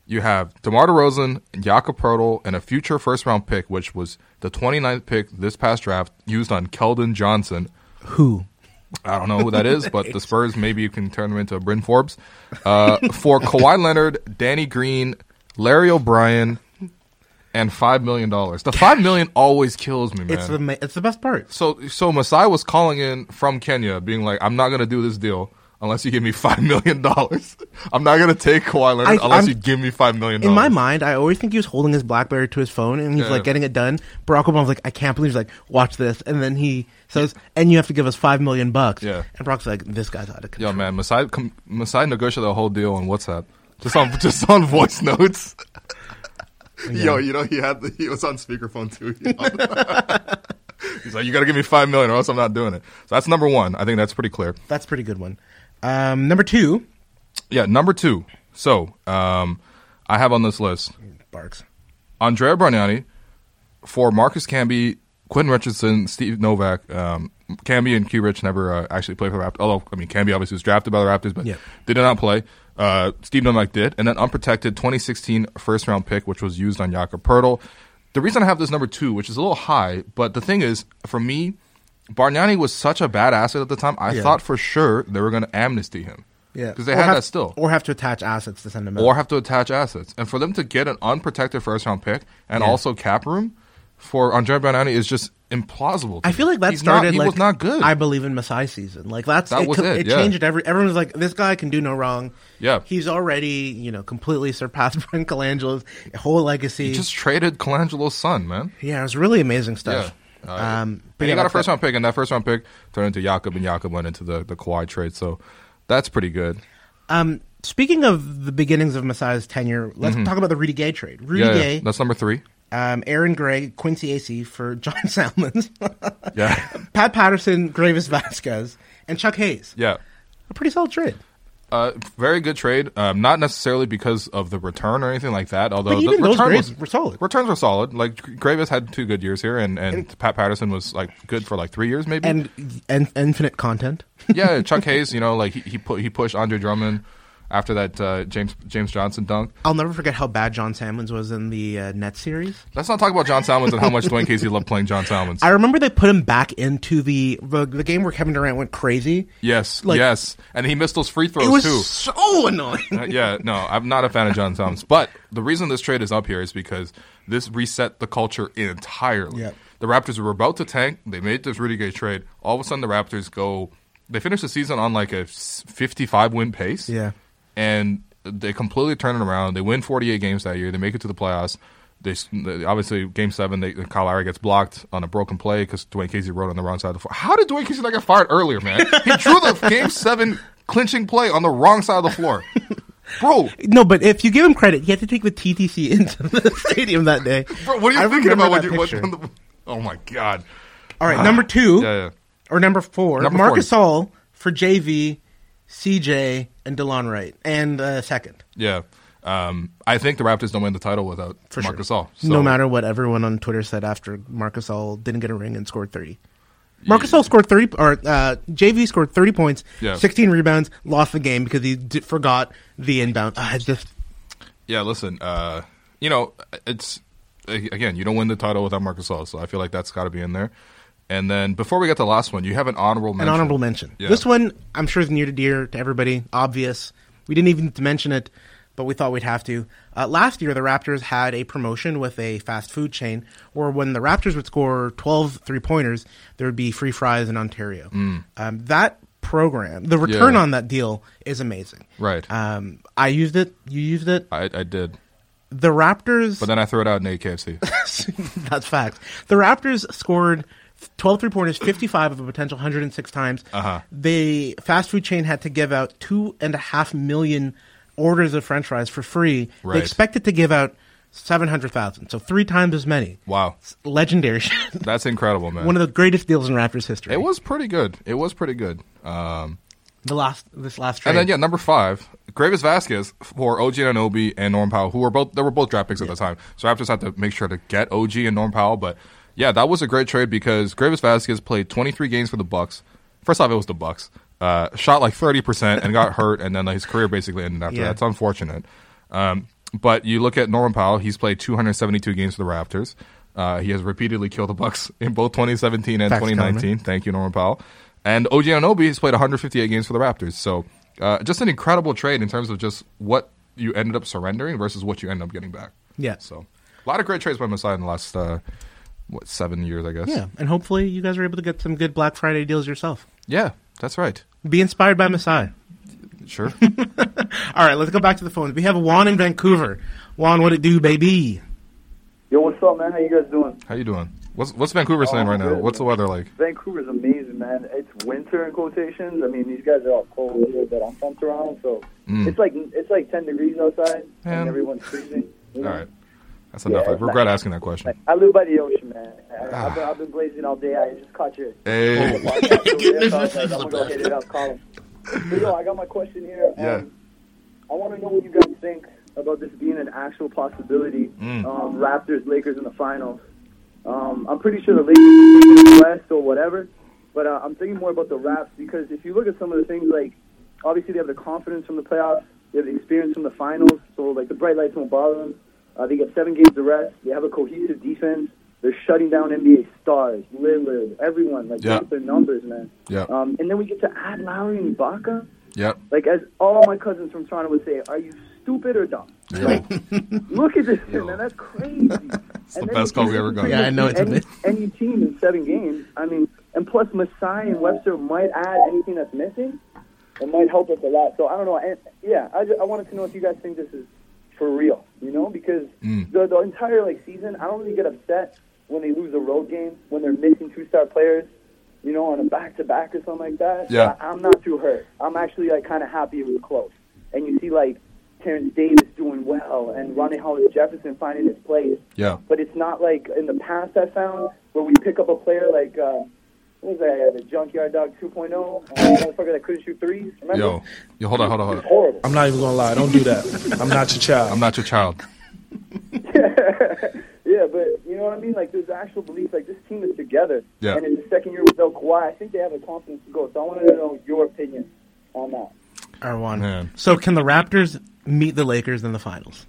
Speaker 2: You have DeMar DeRozan, Jakob Pertl, and a future first round pick, which was the 29th pick this past draft, used on Keldon Johnson.
Speaker 3: Who?
Speaker 2: I don't know who that is, but the Spurs maybe you can turn them into a Bryn Forbes uh, for Kawhi Leonard, Danny Green, Larry O'Brien, and five million dollars. The five million always kills me, man.
Speaker 3: It's the ma- it's the best part.
Speaker 2: So so Masai was calling in from Kenya, being like, "I'm not gonna do this deal unless you give me five million dollars. <laughs> I'm not gonna take Kawhi Leonard
Speaker 3: I-
Speaker 2: unless
Speaker 3: I'm-
Speaker 2: you give me five million
Speaker 3: In
Speaker 2: dollars."
Speaker 3: my mind, I always think he was holding his BlackBerry to his phone and he's
Speaker 2: Yeah.
Speaker 3: like getting it done. Barack Obama's like, I can't believe he's like, watch this, and then he says, and you have to give us five million bucks.
Speaker 2: Yeah.
Speaker 3: And Barack's like, this guy's out of control.
Speaker 2: yo man, Masai com- Masai negotiated the whole deal on WhatsApp, just on <laughs> just on voice
Speaker 3: <laughs>
Speaker 2: notes. Yo, you know he had the, he was on speakerphone too.
Speaker 3: <laughs>
Speaker 2: He's like, "You gotta give me five million, or else I'm not doing it." So that's number one. I think that's pretty clear.
Speaker 3: That's a pretty good one. Um, number two,
Speaker 2: Yeah, number two. So um, I have on this list.
Speaker 3: Barks.
Speaker 2: Andrea Bargnani for Marcus Camby, Quentin Richardson, Steve Novak. Um, Camby and Q Rich never uh, actually played for the Raptors. Although, I mean, Camby obviously was drafted by the Raptors, but
Speaker 3: Yeah.
Speaker 2: they did not play. Uh, Steve Novak did. And then unprotected 2016 first round pick, which was used on Jakob Pertl. The reason I have this number two, which is a little high, but the thing is, for me, Bargnani was such a bad asset at the time. I
Speaker 3: Yeah.
Speaker 2: thought for sure they were going to amnesty him.
Speaker 3: Yeah,
Speaker 2: Because they
Speaker 3: Or
Speaker 2: had
Speaker 3: have-
Speaker 2: that still
Speaker 3: or have to attach assets to send them out.
Speaker 2: or have to attach assets. And for them to get an unprotected first round pick and also cap room, for Andre Banani is just implausible. to
Speaker 3: I
Speaker 2: me.
Speaker 3: feel like that
Speaker 2: He's not-
Speaker 3: started
Speaker 2: he
Speaker 3: like
Speaker 2: was not good.
Speaker 3: I believe <laughs> in Masai season. Like that's
Speaker 2: That
Speaker 3: it,
Speaker 2: was
Speaker 3: com-
Speaker 2: it,
Speaker 3: it
Speaker 2: yeah.
Speaker 3: changed every everyone was like, This guy can do no wrong.
Speaker 2: Yeah.
Speaker 3: He's already, you know, completely surpassed <laughs> Brent Colangelo's whole legacy.
Speaker 2: He just traded Colangelo's son, man.
Speaker 3: yeah, it was really amazing
Speaker 2: Yeah.
Speaker 3: stuff.
Speaker 2: Uh,
Speaker 3: um
Speaker 2: and he
Speaker 3: yeah,
Speaker 2: got a
Speaker 3: that's
Speaker 2: first
Speaker 3: it.
Speaker 2: round pick, and that first round pick turned into Jakob, and Jakob went into the, the Kawhi trade. So that's pretty good.
Speaker 3: Um speaking of the beginnings of Masai's tenure, let's talk about the Rudy Gay trade. Rudy
Speaker 2: Mm-hmm. Yeah, yeah.
Speaker 3: Gay,
Speaker 2: that's number three.
Speaker 3: um, Aaron Gray, Quincy AC for <laughs> John Salmons,
Speaker 2: Yeah, <laughs>
Speaker 3: Pat Patterson, Gravis Vasquez, and Chuck Hayes.
Speaker 2: yeah.
Speaker 3: A pretty solid trade.
Speaker 2: Uh, very good trade. Um, not necessarily because of the return or anything like that. Although
Speaker 3: But even
Speaker 2: the
Speaker 3: those
Speaker 2: return
Speaker 3: grades
Speaker 2: was-
Speaker 3: were solid.
Speaker 2: Returns were solid. Like Gravis had two good years here, and, and, Pat Patterson was like good for like three years maybe.
Speaker 3: And, and infinite content.
Speaker 2: yeah, Chuck Hayes. You know, like he he, pu- he pushed Andre Drummond after that uh, James James Johnson dunk.
Speaker 3: I'll never forget how bad John Salmons was in the uh, Nets series.
Speaker 2: Let's not talk about John Salmons and how much Dwayne Casey loved playing John Salmons.
Speaker 3: I remember they put him back into the the, the game where Kevin Durant went crazy.
Speaker 2: yes,
Speaker 3: like-
Speaker 2: yes, and he missed those free throws
Speaker 3: It was
Speaker 2: too.
Speaker 3: so annoying.
Speaker 2: Uh, yeah, no, I'm not a fan of John Thomas. But the reason this trade is up here is because this reset the culture entirely.
Speaker 3: Yep.
Speaker 2: The Raptors were about to tank. They made this Rudy Gay trade. All of a sudden, the Raptors go. They finish the season on like a s- 55 win pace.
Speaker 3: Yeah.
Speaker 2: And they completely turn it around. They win 48 games that year. They make it to the playoffs. They s- obviously game seven. They, Kyle Lowry gets blocked on a broken play because Dwayne Casey rode on the wrong side of the floor. How did Dwayne Casey not get fired earlier, man?
Speaker 3: <laughs>
Speaker 2: He drew the game seven clinching play on the wrong side of the floor. Bro,
Speaker 3: No, but if you give him credit, he had to take the TTC <laughs> into the stadium that day.
Speaker 2: bro, what are you
Speaker 3: I
Speaker 2: thinking
Speaker 3: remember
Speaker 2: about? What
Speaker 3: that
Speaker 2: you, what,
Speaker 3: picture.
Speaker 2: oh my god!
Speaker 3: All right, number two
Speaker 2: Uh-huh. Yeah, yeah.
Speaker 3: or number four,
Speaker 2: Number
Speaker 3: Marcus
Speaker 2: four.
Speaker 3: All for JV, CJ, and DeLon Wright, and uh, second.
Speaker 2: Yeah, um, I think the Raptors don't win the title without
Speaker 3: For
Speaker 2: Marcus
Speaker 3: sure.
Speaker 2: All.
Speaker 3: no matter what everyone on Twitter said after Marcus All didn't get a ring and scored 30. Marcus All scored 30 or uh, JV scored 30 points,
Speaker 2: Yeah.
Speaker 3: 16 rebounds, lost the game because he d- forgot the inbound. I just
Speaker 2: Yeah, listen, uh, you know, it's again, you don't win the title without Marcus All, so I feel like that's got to be in there. And then before we get to the last one, you have an honorable
Speaker 3: an
Speaker 2: mention.
Speaker 3: honorable mention.
Speaker 2: Yeah.
Speaker 3: This one I'm sure is near to dear to everybody, obvious. We didn't even need to mention it, but we thought we'd have to. Uh, last year the Raptors had a promotion with a fast food chain where when the Raptors would score 12 three-pointers, there would be free fries in Ontario. Um, that program, the return
Speaker 2: Mm. Yeah.
Speaker 3: on that deal is amazing.
Speaker 2: Right.
Speaker 3: Um, I used it. You used it.
Speaker 2: I, I did,
Speaker 3: The Raptors.
Speaker 2: but then I threw it out in
Speaker 3: <laughs>
Speaker 2: AKFC.
Speaker 3: that's facts. The Raptors scored 12 three pointers, 55 of a potential 106 times. Uh-huh. The fast food chain had to give out two and a half million orders of French fries for free.
Speaker 2: Right.
Speaker 3: They expected to give out 700,000, so three times as many.
Speaker 2: wow,
Speaker 3: It's legendary <laughs> shit.
Speaker 2: that's incredible, man.
Speaker 3: One of the greatest deals in Raptors history.
Speaker 2: it was pretty good. It was pretty good. Um,
Speaker 3: the last this last trade.
Speaker 2: and then yeah, number five, Gravis Vasquez for OG and Anobi and Norm Powell, who were both they were both draft picks at the time. So Raptors had to make sure to get OG and Norm Powell. But yeah, that was a great trade because Gravis Vasquez played 23 games for the Bucks. First off, it was the Bucks. Uh, shot like 30 percent and got hurt, and then like, his career basically ended after
Speaker 3: Yeah.
Speaker 2: that. It's unfortunate. Um, but you look at Norman Powell; he's played 272 games for the Raptors. Uh, he has repeatedly killed the Bucks in both 2017 and
Speaker 3: Thanks,
Speaker 2: 2019.
Speaker 3: Norman.
Speaker 2: Thank you, Norman Powell. And OG Anunoby has played 158 games for the Raptors. So uh, just an incredible trade in terms of just what you ended up surrendering versus what you ended up getting back.
Speaker 3: Yeah.
Speaker 2: So a lot of great trades by Masai in the last, uh, what, seven years, I guess.
Speaker 3: Yeah, and hopefully you guys are able to get some good Black Friday deals yourself.
Speaker 2: Yeah, that's right.
Speaker 3: Be inspired by Masai.
Speaker 2: Sure.
Speaker 3: <laughs> All right, let's go back to the phones. We have Juan in Vancouver. Juan, what it do, baby?
Speaker 9: Yo, what's up, man? How you guys doing?
Speaker 2: How you doing? What's, what's Vancouver saying right now?
Speaker 9: good.
Speaker 2: What's the weather like?
Speaker 9: Vancouver's amazing, man. It's winter in quotations. I mean, these guys are all cold here, but I'm from Toronto, so it's like it's like 10 degrees outside,
Speaker 2: Yeah.
Speaker 9: and everyone's freezing. you
Speaker 2: All
Speaker 9: know?
Speaker 2: right. That's enough. I
Speaker 9: it's
Speaker 2: regret
Speaker 9: like-
Speaker 2: asking that question. Ah.
Speaker 9: Like, I live by the ocean, man. I, I've, been, I've been blazing all day. I just caught your. <laughs>
Speaker 2: Hey.
Speaker 9: Goodness, this is I'm gonna go hit it up, call him. But, yo, I got my question here.
Speaker 2: Yeah.
Speaker 9: Um, I want to know what you guys think about this being an actual possibility.
Speaker 2: Mm.
Speaker 9: Um, Raptors, Lakers in the finals. Um, I'm pretty sure the Lakers will be in the West or whatever, but uh, I'm thinking more about the Raps because if you look at some of the things, like obviously they have the confidence from the playoffs, they have the experience from the finals, so like the bright lights won't bother them. Uh, they get seven games of rest. They have a cohesive defense. They're shutting down NBA stars, Lillard, everyone. Like
Speaker 2: Yeah.
Speaker 9: that's their numbers, man.
Speaker 2: Yeah.
Speaker 9: Um, and then we get to add Lowry and Ibaka.
Speaker 2: Yep.
Speaker 9: Like as all my cousins from Toronto would say, are you stupid or dumb?
Speaker 2: Yeah.
Speaker 9: Look at this shit, man. That's crazy.
Speaker 2: the
Speaker 9: And then
Speaker 2: best
Speaker 9: you
Speaker 2: call
Speaker 9: can-
Speaker 2: we ever got.
Speaker 9: you can any, any team in seven games. I mean, and plus Masai and Webster might add anything that's missing. It might help us a lot. So I don't know. And yeah, I, ju- I wanted to know if you guys think this is for real. You know, because the, the entire like season, I don't really get upset when they lose a road game when they're missing two star players. You know, on a back to back or something like that.
Speaker 10: Yeah.
Speaker 9: I, I'm not too hurt. I'm actually like kind of happy it was close. And you see like Terrence Davis doing well and Ronnie Hollis Jefferson finding his place
Speaker 2: Yeah.
Speaker 9: but it's not like in the past I found where we pick up a player like uh, what was that, the Junkyard Dog 2.0, uh, motherfucker that couldn't shoot threes. Remember?
Speaker 2: Yo, yo, hold on, hold on, hold on.
Speaker 9: Horrible.
Speaker 10: I'm not even gonna lie. Don't do that. I'm not your child.
Speaker 2: I'm not your child.
Speaker 9: Yeah, but you know what I mean. Like there's actual belief. Like this team is together.
Speaker 2: Yeah.
Speaker 9: And in the second year without Kawhi, I think they have the confidence to go. So I wanted to know your opinion on that.
Speaker 3: Arwan. So can the Raptors meet the Lakers in the finals?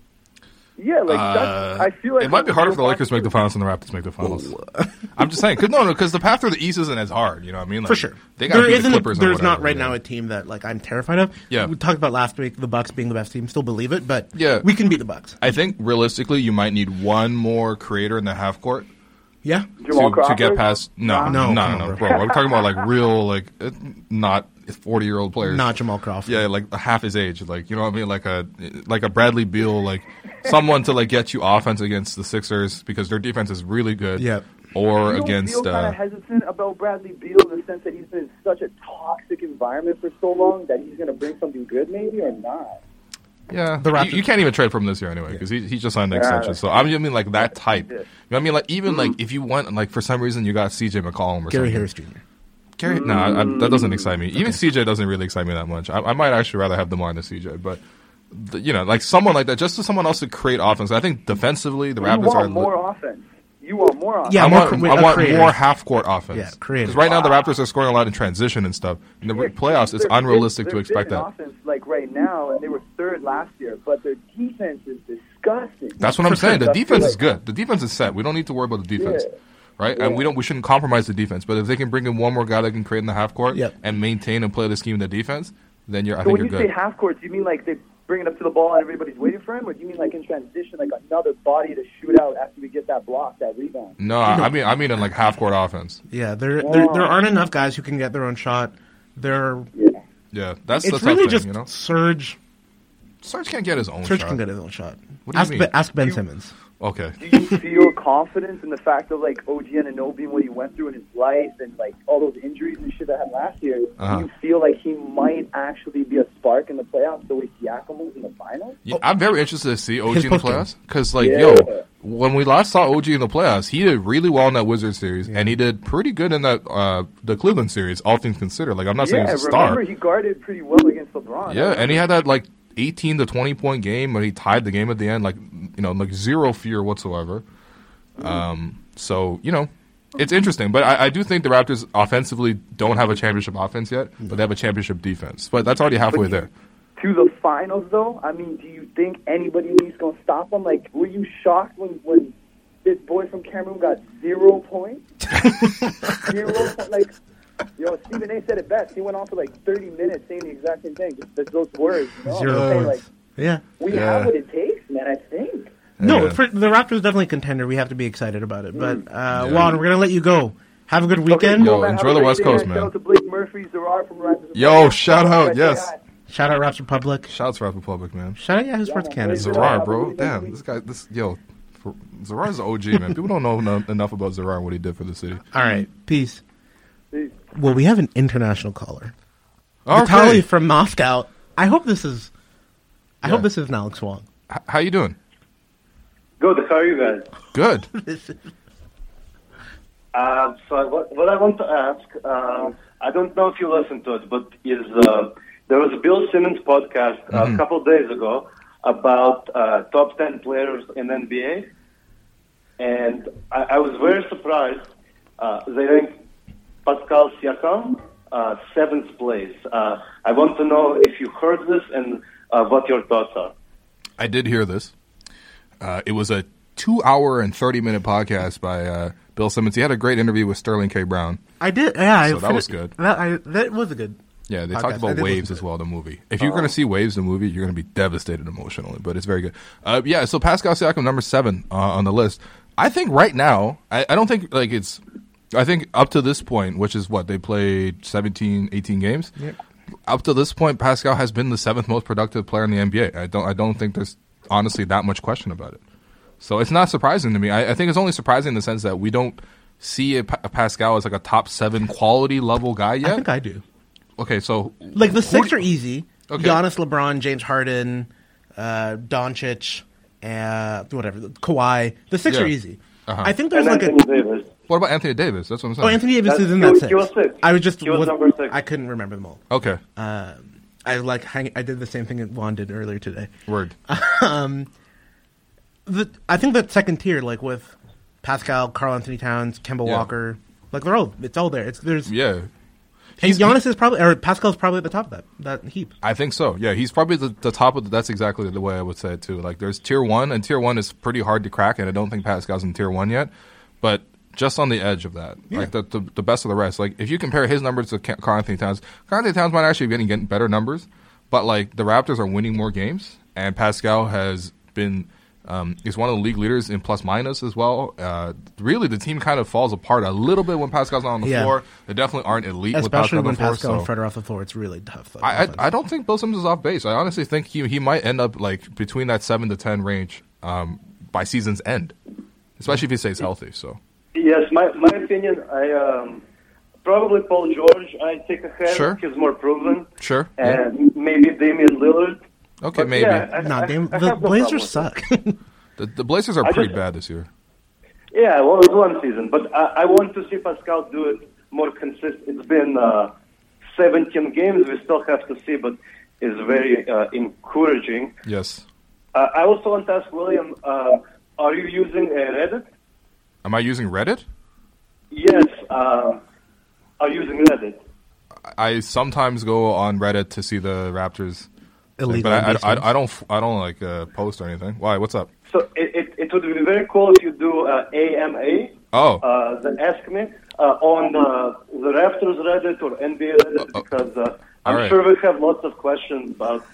Speaker 9: Yeah, like
Speaker 2: Uh,
Speaker 9: that's, I feel like
Speaker 2: it might be harder for the Lakers to make the finals than the Raptors make the finals. <laughs> I'm just saying, cause no, no, because the path through the East isn't as hard. You know what I mean? Like,
Speaker 3: For sure.
Speaker 2: they got to
Speaker 3: There
Speaker 2: beat the
Speaker 3: isn't a-
Speaker 2: Clippers. and
Speaker 3: there's not
Speaker 2: whatever,
Speaker 3: right
Speaker 2: yeah.
Speaker 3: now a team that like I'm terrified of.
Speaker 2: Yeah.
Speaker 3: We talked about last week the Bucks being the best team, still believe it, but
Speaker 2: Yeah.
Speaker 3: we can beat the Bucks.
Speaker 2: I think realistically, you might need one more creator in the half court.
Speaker 3: Yeah.
Speaker 2: to, to get past no
Speaker 3: No,
Speaker 2: no
Speaker 3: come
Speaker 2: no
Speaker 3: on,
Speaker 2: no
Speaker 3: bro.
Speaker 2: bro. I'm
Speaker 3: <laughs>
Speaker 2: talking about like real like uh, not 40 year old players
Speaker 3: Not Jamal Crawford.
Speaker 2: yeah like half his age like you know what I mean like a like a Bradley Beal like someone to like get you offense against the Sixers because their defense is really good
Speaker 3: Yeah.
Speaker 2: or
Speaker 9: You know,
Speaker 2: against
Speaker 9: Beal kind
Speaker 2: uh,
Speaker 9: of hesitant about Bradley Beal in the sense that he's been in such a toxic environment for so long that he's going to bring something good, maybe or not.
Speaker 2: yeah the Raptors. You, you can't even trade from this year anyway because he, he just signed an
Speaker 9: Yeah.
Speaker 2: extension so I mean, I mean like that type you
Speaker 9: Yeah.
Speaker 2: know what I mean like even like if you want like for some reason you got CJ McCollum or
Speaker 3: Hmm.
Speaker 2: something
Speaker 3: Gary Harris Jr.
Speaker 2: Gary, no, I, I, that doesn't excite me. Even CJ doesn't really excite me that much. I, I might actually rather have Demar than CJ, but the, you know, like someone like that, just to someone else to create offense. I think defensively, the
Speaker 9: you
Speaker 2: Raptors are.
Speaker 9: want more offense. You want more offense.
Speaker 3: Yeah,
Speaker 2: I
Speaker 3: more
Speaker 2: want,
Speaker 3: cre-
Speaker 2: I
Speaker 3: uh,
Speaker 2: want
Speaker 3: creators.
Speaker 2: more half court offense.
Speaker 3: Yeah, creators.
Speaker 2: Because right now the Raptors are scoring a lot in transition and stuff. In the playoffs, it's
Speaker 9: They're
Speaker 2: unrealistic
Speaker 9: fifth-
Speaker 2: to
Speaker 9: they're
Speaker 2: expect
Speaker 9: fifth in
Speaker 2: that.
Speaker 9: Offense, like right now, and they were third last year, but their defense is disgusting.
Speaker 2: That's what I'm saying.
Speaker 9: <laughs>
Speaker 2: The
Speaker 9: I feel
Speaker 2: defense
Speaker 9: like-
Speaker 2: is good. The defense is set. We don't need to worry about the defense.
Speaker 9: Yeah.
Speaker 2: Right, and we don't. We shouldn't compromise the defense. But if they can bring in one more guy that can create in the half court
Speaker 3: Yep.
Speaker 2: and maintain and play the scheme of the defense, then you're. I
Speaker 9: So
Speaker 2: think
Speaker 9: when
Speaker 2: you're
Speaker 9: you
Speaker 2: good.
Speaker 9: say half court, do you mean like they bring it up to the ball and everybody's waiting for him, or do you mean like in transition, like another body to shoot out after we get that block, that rebound?
Speaker 2: no, I I mean, I mean, in like half court offense.
Speaker 3: Yeah, there, there there aren't enough guys who can get their own shot. There,
Speaker 2: Yeah, that's the
Speaker 3: it's
Speaker 2: tough
Speaker 3: really
Speaker 2: thing,
Speaker 3: just
Speaker 2: you know.
Speaker 3: Serge.
Speaker 2: Serge can't get his own
Speaker 3: Serge
Speaker 2: shot.
Speaker 3: can get his own shot.
Speaker 2: What do you
Speaker 3: Ask,
Speaker 2: mean?
Speaker 3: Ben- ask Ben Simmons.
Speaker 2: Okay.
Speaker 9: Do you feel confidence in the fact that like OG Ananobi and what he went through in his life and like all those injuries and shit that happened last year?
Speaker 2: Uh-huh.
Speaker 9: Do you feel like he might actually be a spark in the playoffs the way Siakam was in the finals?
Speaker 2: Yeah, I'm very interested to see OG in the
Speaker 3: post game.
Speaker 2: playoffs because, like,
Speaker 9: Yeah.
Speaker 2: yo, when we last saw OG in the playoffs, he did really well in that Wizards series, and he did pretty good in that uh, the Cleveland series. All things considered, like, I'm not saying
Speaker 9: yeah,
Speaker 2: he's a star.
Speaker 9: remember he guarded pretty well against
Speaker 3: Oh,
Speaker 9: LeBron.
Speaker 2: yeah, and he had that like 18 to 20 point game, and he tied the game at the end, like you know, like zero fear whatsoever. Um, so you know, it's interesting, but I, I do think the Raptors offensively don't have a championship offense yet, but they have a championship defense. But that's already halfway there.
Speaker 9: to the finals though. I mean, do you think anybody in the East gonna stop him? Like, were you shocked when when this boy from Cameroon got zero points?
Speaker 2: <laughs>
Speaker 9: zero point, like. Yo, Stephen A. said it best. He went on for like 30 minutes saying the exact same thing. Just those words. You know?
Speaker 3: Zero
Speaker 9: I'm saying,
Speaker 3: points.
Speaker 9: Like,
Speaker 3: Yeah.
Speaker 9: we
Speaker 2: Yeah.
Speaker 9: have what it takes, man. I think.
Speaker 3: No,
Speaker 2: Yeah.
Speaker 3: for, the Raptors definitely a contender. We have to be excited about it. But uh, Juan, we're gonna let you go. Have a good weekend.
Speaker 2: Yo,
Speaker 9: man,
Speaker 2: enjoy
Speaker 9: have
Speaker 2: the
Speaker 9: a great
Speaker 2: West
Speaker 9: day,
Speaker 2: Coast,
Speaker 9: Shout
Speaker 2: man.
Speaker 9: out to Blake Murphy, Gerard from Raptors.
Speaker 2: Yo, shout out,
Speaker 9: Say
Speaker 2: yes.
Speaker 9: hi.
Speaker 3: Shout out Raps Republic.
Speaker 2: Shouts to Rap Republic, man.
Speaker 3: Shout out Yahoo Sports Canada.
Speaker 9: please.
Speaker 2: Zarar, bro.
Speaker 9: Absolutely.
Speaker 2: Damn, this guy, this yo, for, Zarar's an OG man. People don't know no, enough about Zarar and what he did for the city.
Speaker 3: All right, peace.
Speaker 9: Peace.
Speaker 3: Well, we have an international caller, Vitaly
Speaker 2: Okay,
Speaker 3: from Moscow. I hope this is. I
Speaker 2: Yeah.
Speaker 3: hope this is not Alex Wong.
Speaker 2: H- how you doing?
Speaker 5: Good. How are you guys?
Speaker 3: <laughs>
Speaker 2: Good.
Speaker 7: Uh, so what, what I want to ask, uh, I don't know if you listened to it, but is uh, there was a Bill Simmons podcast a couple days ago about uh, top ten players in NBA, and I, I was very surprised. Uh, they ranked Pascal Siakam uh, seventh place. Uh, I want to know if you heard this and uh, what your thoughts are.
Speaker 2: I did hear this. Uh, it was a two-hour and thirty-minute podcast by uh, Bill Simmons. He had a great interview with Sterling K. Brown.
Speaker 3: I did. Yeah,
Speaker 2: So
Speaker 3: I,
Speaker 2: that was
Speaker 3: fin-
Speaker 2: good.
Speaker 3: That, I, that was a good.
Speaker 2: Yeah, they
Speaker 3: podcast.
Speaker 2: talked
Speaker 3: I
Speaker 2: about
Speaker 3: did
Speaker 2: Waves
Speaker 3: listen
Speaker 2: as
Speaker 3: to
Speaker 2: well, the movie. If you're going to see Waves, the movie, you're going to be devastated emotionally, but it's very good. Uh, yeah, so Pascal Siakam, number seven uh, on the list. I think right now, I, I don't think like it's. I think up to this point, which is what they played 17, 18 games.
Speaker 3: Yep.
Speaker 2: Up to this point, Pascal has been the seventh most productive player in the NBA. I don't. I don't think there's honestly that much question about it. So it's not surprising to me. I, I think it's only surprising in the sense that we don't see a, Pa- a Pascal as like a top seven quality level guy yet. I think
Speaker 3: I do.
Speaker 2: Okay, so
Speaker 3: Like the
Speaker 2: who
Speaker 3: six
Speaker 2: do-
Speaker 3: are easy.
Speaker 2: Okay.
Speaker 3: Giannis, LeBron, James Harden, uh, Doncic, uh, whatever, Kawhi. The six
Speaker 2: Yeah.
Speaker 3: are easy.
Speaker 2: Uh-huh.
Speaker 3: I think there's
Speaker 7: And
Speaker 3: like a.
Speaker 7: Anthony Davis.
Speaker 2: What about Anthony Davis? That's what I'm saying.
Speaker 3: Oh, Anthony Davis
Speaker 7: That's-
Speaker 3: is in
Speaker 7: he
Speaker 3: that
Speaker 7: was-
Speaker 3: six.
Speaker 7: he was six.
Speaker 3: I was just
Speaker 7: He was
Speaker 3: was-
Speaker 7: number six.
Speaker 3: I couldn't remember them all.
Speaker 2: Okay,
Speaker 3: Um, I like hang, I did the same thing that Juan did earlier today.
Speaker 2: word.
Speaker 3: um, the I think that second tier, like with Pascal, Carl Anthony Towns, Kemba
Speaker 2: Yeah.
Speaker 3: Walker, like they're all it's all there. It's there's
Speaker 2: Yeah,
Speaker 3: and Giannis is probably or Pascal's probably at the top of that that heap.
Speaker 2: I think so. Yeah, he's probably the, the top of the, that's exactly the way I would say it too. Like there's tier one, and tier one is pretty hard to crack, and I don't think Pascal's in tier one yet, but just on the edge of that,
Speaker 3: Yeah.
Speaker 2: like the, the the best of the rest. Like if you compare his numbers to Ca- Carl Anthony Towns, Carl Anthony Towns might actually be getting, getting better numbers, but like the Raptors are winning more games, and Pascal has been. Um, he's one of the league leaders in plus minus as well. Uh, really, the team kind of falls apart a little bit when Pascal's not on the
Speaker 3: Yeah.
Speaker 2: floor. They definitely aren't elite, with
Speaker 3: Especially
Speaker 2: Pascal on
Speaker 3: when
Speaker 2: the floor,
Speaker 3: Pascal
Speaker 2: so-
Speaker 3: and Fred are off the floor, it's really tough. Like,
Speaker 2: I, I
Speaker 3: offense.
Speaker 2: I don't think Bill Simmons is off base. I honestly think he he might end up like between that seven to ten range um, by season's end, especially if he stays healthy. So
Speaker 7: Yes, my, my opinion, I um, probably Paul George. I take ahead.
Speaker 2: Sure.
Speaker 7: He's more proven,
Speaker 2: sure, yeah.
Speaker 7: and maybe Damian Lillard.
Speaker 2: okay,
Speaker 7: But
Speaker 2: maybe
Speaker 7: yeah, I-
Speaker 3: Nah,
Speaker 7: I-
Speaker 3: damn,
Speaker 7: I
Speaker 3: the
Speaker 7: have no
Speaker 3: Blazers
Speaker 7: problem.
Speaker 3: suck. <laughs>
Speaker 2: the, the Blazers are
Speaker 7: I
Speaker 2: pretty
Speaker 7: just-
Speaker 2: bad this year.
Speaker 7: Yeah, well, it's one season, but I, I want to see Pascal do it more consistent. It's been uh, 17 games. We still have to see, but it's very uh, encouraging.
Speaker 2: Yes,
Speaker 7: Uh, I also want to ask William: uh, Are you using uh, Reddit?
Speaker 2: am I using Reddit?
Speaker 7: Yes, uh, are you using Reddit?
Speaker 2: I- I sometimes go on Reddit to see the Raptors,
Speaker 3: Illegal
Speaker 2: but I, I,
Speaker 3: endorsements.
Speaker 2: I, I don't f- I don't like uh, post or anything. Why? What's up?
Speaker 7: So it, it, it would be very cool if you do uh, AMA,
Speaker 2: Oh,
Speaker 7: uh, the Ask Me, uh, on uh, the Raptors Reddit or NBA Reddit, because uh,
Speaker 2: Oh,
Speaker 7: I'm
Speaker 2: all right.
Speaker 7: sure we have lots of questions about,